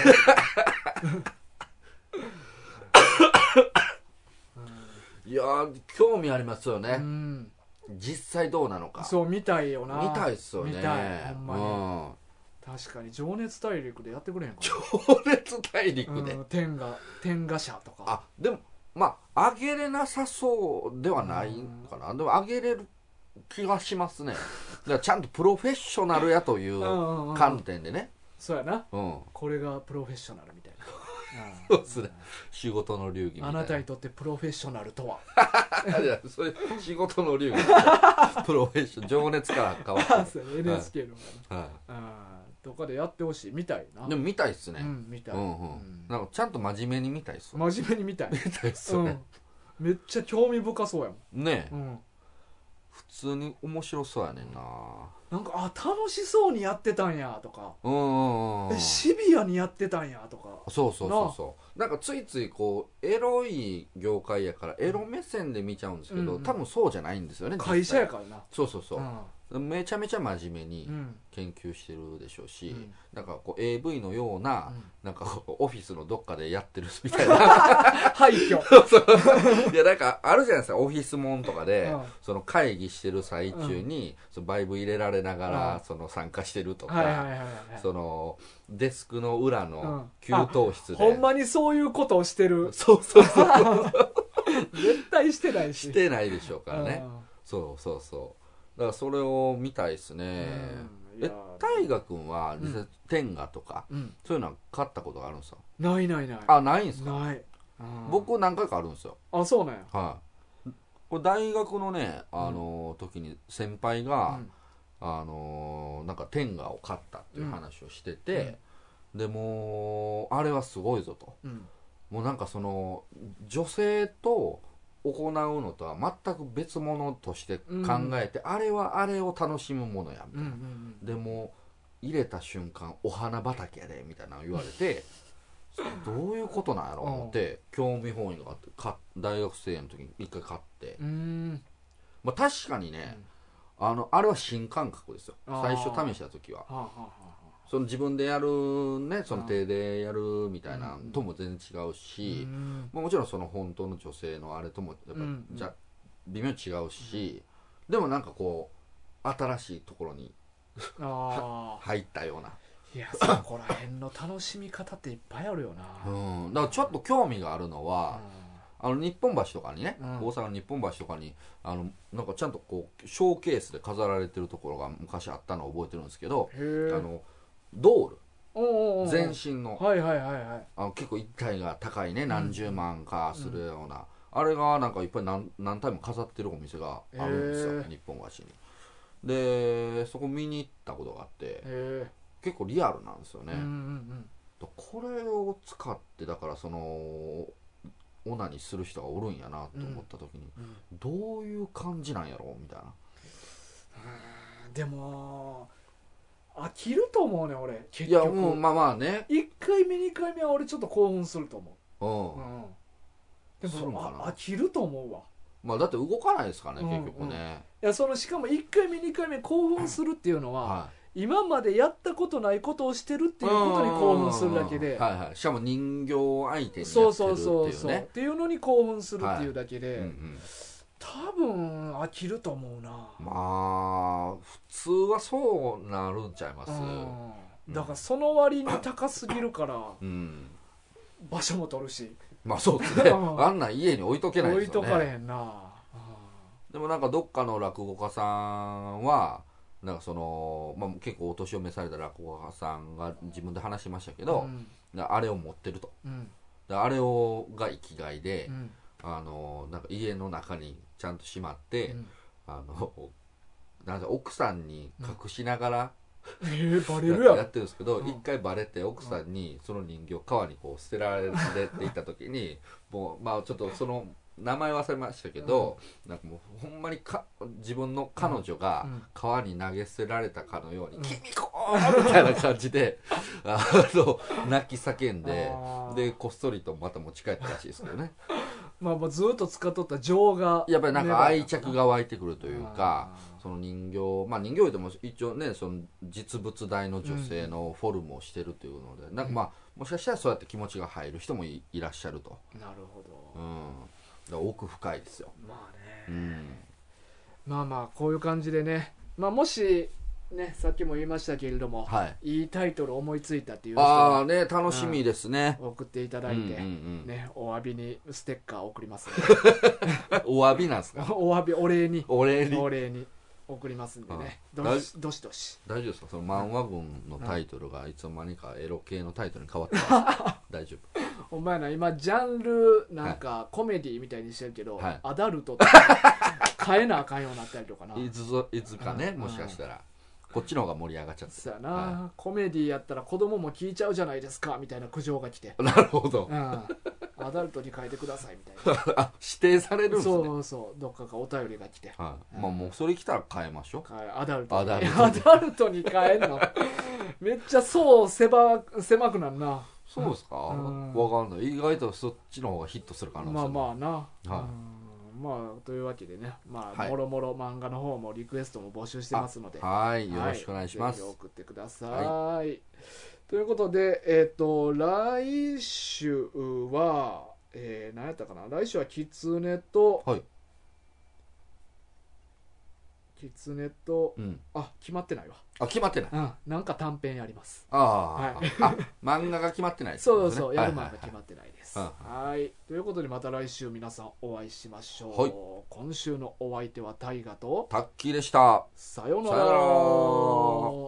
Speaker 1: い
Speaker 2: いやー興味ありますよ
Speaker 1: う
Speaker 2: ね
Speaker 1: ん
Speaker 2: 実際どうなのか
Speaker 1: そう見たいよな
Speaker 2: 見たいっすよね
Speaker 1: 見たいほんまに
Speaker 2: うん [LAUGHS]
Speaker 1: 確かに「情熱大陸」でやってくれへんか
Speaker 2: 強烈大
Speaker 1: な
Speaker 2: 陸で
Speaker 1: うん、天下天下社とか
Speaker 2: あでもまあ上げれなさそうではないかなでも上げれる気がしますねだ [LAUGHS] からちゃんとプロフェッショナルやとい
Speaker 1: うん
Speaker 2: う
Speaker 1: うんうん
Speaker 2: 観点でね、
Speaker 1: そうやな
Speaker 2: うん、
Speaker 1: これがプロフェッショナルみたいな
Speaker 2: [LAUGHS]
Speaker 1: うん
Speaker 2: そうですね仕事の流儀みたい
Speaker 1: あ
Speaker 2: な
Speaker 1: なたにとってプロフェッショナルとは
Speaker 2: いやそういう仕事の流儀
Speaker 1: [LAUGHS]
Speaker 2: プロフェッショナル情熱から変わっ
Speaker 1: そう NHK の、
Speaker 2: た、は、
Speaker 1: うんとかでやってほしいみたいない
Speaker 2: でも見たいっすね、
Speaker 1: うん見たい、
Speaker 2: うんうん
Speaker 1: うん
Speaker 2: なんかちゃんと真面目に見たいっすわ
Speaker 1: 真面目に見たい
Speaker 2: 見たいっすよね、
Speaker 1: うん、めっちゃ興味深そうやもん、
Speaker 2: ねえ
Speaker 1: うん、
Speaker 2: 普通に面白そうやねんな
Speaker 1: なんかあ楽しそうにやってたんやとか、
Speaker 2: うんうんうんうん
Speaker 1: えシビアにやってたんやとか
Speaker 2: そうそうそうそうなんかついついこうエロい業界やからエロ目線で見ちゃうんですけど、
Speaker 1: うんうん
Speaker 2: 多分そうじゃないんですよね
Speaker 1: 会社や
Speaker 2: ら
Speaker 1: からな
Speaker 2: そうそうそうう、めちゃめちゃ真面目に
Speaker 1: んうん
Speaker 2: 研究してるでしょうし、
Speaker 1: うん
Speaker 2: なんかこう AV のような、
Speaker 1: うん
Speaker 2: なんかこうオフィスのどっかでやってるみた
Speaker 1: [LAUGHS]
Speaker 2: いな
Speaker 1: 廃
Speaker 2: [LAUGHS]
Speaker 1: 墟
Speaker 2: いやなんかあるじゃないですかオフィスもんとかで、
Speaker 1: うん
Speaker 2: その会議してる最中に、そのバイブ入れられながら、
Speaker 1: うん
Speaker 2: その参加してるとか、
Speaker 1: はいはいはいはい
Speaker 2: そのデスクの裏の給
Speaker 1: うん
Speaker 2: 湯室で、
Speaker 1: ほんまにそういうことをしてる
Speaker 2: そうそうそう
Speaker 1: 絶対してないし
Speaker 2: してないでしょうからね、
Speaker 1: うん
Speaker 2: そうそうそうだからそれを見たいですね、
Speaker 1: うんいや
Speaker 2: え大河君は実際、
Speaker 1: う
Speaker 2: 天下とか
Speaker 1: うん
Speaker 2: そういうのは買ったことがあるんですか
Speaker 1: ないないない
Speaker 2: あないんですか
Speaker 1: ない、うん
Speaker 2: 僕何回かあるんですよ
Speaker 1: あそうなんや
Speaker 2: はいこれ大学のねあのー時に先輩
Speaker 1: う
Speaker 2: が、
Speaker 1: ん
Speaker 2: あのーなんか天下を買ったっていう話をしてて、でもうあれはすごいぞと
Speaker 1: うん
Speaker 2: もうなんかその女性と行うのとは全く別物として考えて、あれはあれを楽しむものやみ
Speaker 1: うんう
Speaker 2: たい
Speaker 1: ん
Speaker 2: な、でも入れた瞬間お花畑やでみたいなの言われ
Speaker 1: [LAUGHS]
Speaker 2: てどういうことなんやろう思って興味本位があってか大学生の時に一回買って
Speaker 1: う、んうん
Speaker 2: まあ、確かにね、あのあれは新感覚ですよ
Speaker 1: あー
Speaker 2: 最初試した時は
Speaker 1: はあはあはあ
Speaker 2: その自分でやるねその
Speaker 1: あー
Speaker 2: 手でやるみたいな
Speaker 1: うん
Speaker 2: とも全然違う
Speaker 1: う
Speaker 2: し、
Speaker 1: ん
Speaker 2: まあ、もちろんその本当の女性のあれともやっぱ、
Speaker 1: うん
Speaker 2: じゃ微妙に違うし、でもなんかこう新しいところに
Speaker 1: あ
Speaker 2: 入ったような、
Speaker 1: あいやそこら辺の楽しみ方っていっぱいあるよな
Speaker 2: うん、だからちょっと興味があるのは、あの日本橋とかにね、
Speaker 1: うん
Speaker 2: 大阪の日本橋とかにあのなんかちゃんとこうショーケースで飾られてるところが昔あったのを覚えてるんですけど、
Speaker 1: へえ
Speaker 2: あのド
Speaker 1: おうおうお
Speaker 2: ー
Speaker 1: う
Speaker 2: ル全身の
Speaker 1: はいはいはいはい
Speaker 2: あの結構一体が高いね何十万かするような、あれがなんかいっぱい何何体も飾ってるお店があるんですよ、
Speaker 1: へー
Speaker 2: 日本橋にでそこ見に行ったことがあって
Speaker 1: へえ
Speaker 2: 結構リアルなんですよ
Speaker 1: う
Speaker 2: ね、
Speaker 1: んうんうん
Speaker 2: だこれを使ってだからそのオナにする人がおるんやなと思った時に、
Speaker 1: うん
Speaker 2: どういう感じなんやろうみたいな
Speaker 1: うんでも飽きると思うね俺結
Speaker 2: いやもう
Speaker 1: 局
Speaker 2: まあまあね
Speaker 1: 1回目2回目は俺ちょっと興奮すると思
Speaker 2: うん
Speaker 1: う、うん、
Speaker 2: す
Speaker 1: で
Speaker 2: るん
Speaker 1: も
Speaker 2: かな
Speaker 1: あ飽きると思うわ
Speaker 2: まあだって動かないですからね
Speaker 1: うん
Speaker 2: 結局ね、
Speaker 1: いやそのしかも1回目2回目興奮するっていうのは、
Speaker 2: は
Speaker 1: 今までやったことないことをしてるっ
Speaker 2: い
Speaker 1: ていうことに興奮するだけで、
Speaker 2: うんはいはい、しかも人形を相手にやってるっていうね
Speaker 1: そうそうそうそうっていうのに興奮するっていうだけで、
Speaker 2: うんうん
Speaker 1: 多分飽きると思うな、
Speaker 2: まあ普通はそうなるんちゃいます
Speaker 1: うんだからその割に高すぎるから
Speaker 2: うん
Speaker 1: 場所も取るし
Speaker 2: まあそう
Speaker 1: [LAUGHS]
Speaker 2: ですね
Speaker 1: うん
Speaker 2: あんなん家に置いとけない
Speaker 1: 置
Speaker 2: で
Speaker 1: い
Speaker 2: すよ
Speaker 1: とかれ
Speaker 2: ね
Speaker 1: へんな、
Speaker 2: でもなんかどっかの落語家さんはなんかその、まあ、結構お年を召された落語家さんが自分で話しましたけ
Speaker 1: うん
Speaker 2: ど、あれを持ってると
Speaker 1: うん
Speaker 2: であれをが生きがいで
Speaker 1: う、ん
Speaker 2: あのなんか家の中にちゃんとしまって、
Speaker 1: うん
Speaker 2: あの [LAUGHS] なんか奥さんに隠しながら
Speaker 1: えー、バレ
Speaker 2: や
Speaker 1: るや
Speaker 2: やっ
Speaker 1: ろ
Speaker 2: てるんですけど
Speaker 1: うん
Speaker 2: 一、回バレて奥さんにその人形川にこう捨てられていった時 [LAUGHS] にもうまあちょっとその名前忘れましたけど、なんかもうほんまにか自分の彼女が
Speaker 1: うん
Speaker 2: 川に投げ捨てられたかのように「
Speaker 1: うん
Speaker 2: 君こー!」みたいな感じ [LAUGHS] であの泣き叫んで
Speaker 1: あー
Speaker 2: でこっそりとまた持ち帰ったらしいですけどね
Speaker 1: まあ、まあずっと使っとった情が
Speaker 2: やっぱりなんか愛着
Speaker 1: が
Speaker 2: が湧いてくるというかその人形まあ人形でも一応ねその実物大の女性のフォルムをしてるというので、なんかまあもしかしたらそうやって気持ちが入る人もいいらっしゃると、
Speaker 1: なるほど
Speaker 2: うん、だから奥深いですよ、
Speaker 1: まあね、
Speaker 2: うん、
Speaker 1: まあまあこういう感じでね、まあ、もしねさっきも言いましたけれども、
Speaker 2: はい
Speaker 1: い、いタイトル思いついたっていう人
Speaker 2: あ
Speaker 1: は
Speaker 2: あね楽しみですね、
Speaker 1: 送っていた
Speaker 2: うん
Speaker 1: だ
Speaker 2: う
Speaker 1: い
Speaker 2: ん
Speaker 1: て、
Speaker 2: うん
Speaker 1: ね、お詫びにステッカー送りますん
Speaker 2: [LAUGHS] お詫びなんです
Speaker 1: で
Speaker 2: か
Speaker 1: お詫び [LAUGHS] お礼に
Speaker 2: お礼に
Speaker 1: お礼に送りますんでね
Speaker 2: うん
Speaker 1: どしどしどし
Speaker 2: 大丈夫ですかその漫画群のタイトルがいつの間にかエロ系のタイトルに変わってます
Speaker 1: [LAUGHS]
Speaker 2: 大丈夫
Speaker 1: お前ら今ジャンルなんかコメディみたいにしてるけど、
Speaker 2: はい
Speaker 1: アダルトとか [LAUGHS] 変えなあかんようになったりとかない
Speaker 2: つぞいつかね
Speaker 1: うん
Speaker 2: もしかしたらこっちの方が盛り上がっちゃって
Speaker 1: そうやな、
Speaker 2: は
Speaker 1: コメディやったら子供も聞いちゃうじゃないですかみたいな苦情が
Speaker 2: [LAUGHS]
Speaker 1: 来て、
Speaker 2: いなるほど
Speaker 1: うん、アダルトに変えてくださいみたいな
Speaker 2: あ指定されるんです
Speaker 1: そ
Speaker 2: ね
Speaker 1: うそうどっかがお便りが来て
Speaker 2: はい、
Speaker 1: うん
Speaker 2: まあもうそれ来たら変えましょう
Speaker 1: 変えアダルトに
Speaker 2: アダルト
Speaker 1: アダルトに変えん
Speaker 2: [LAUGHS]
Speaker 1: のめっちゃそう狭狭くなるな
Speaker 2: そうですか、わ
Speaker 1: うん
Speaker 2: かんない意外とそっちの方がヒットするかな
Speaker 1: まあまあな、
Speaker 2: は
Speaker 1: うんまあというわけでねまあ、
Speaker 2: はい
Speaker 1: もろもろ漫画の方もリクエストも募集してますので
Speaker 2: はいよろしくお願いします、
Speaker 1: はぜひ送ってください、ということでえっ、と来週は、えー、何やったかな来週はキツネと、
Speaker 2: はい
Speaker 1: キツネと
Speaker 2: うん、
Speaker 1: あ決まってないわ
Speaker 2: あ決まってない
Speaker 1: うん、なんか短編やります。
Speaker 2: ああ,、
Speaker 1: はい
Speaker 2: あ漫画が決まってないって
Speaker 1: そ
Speaker 2: こ
Speaker 1: う [LAUGHS]
Speaker 2: と
Speaker 1: そう、
Speaker 2: ね
Speaker 1: やる
Speaker 2: は
Speaker 1: 前
Speaker 2: い
Speaker 1: が
Speaker 2: はい
Speaker 1: 決
Speaker 2: はい
Speaker 1: まってないです。
Speaker 2: うん
Speaker 1: はい。ということで、また来週皆さんお会いしましょう。
Speaker 2: はい
Speaker 1: 今週のお相手は大河と、
Speaker 2: タッキーでした
Speaker 1: さような
Speaker 2: さよう
Speaker 1: ら。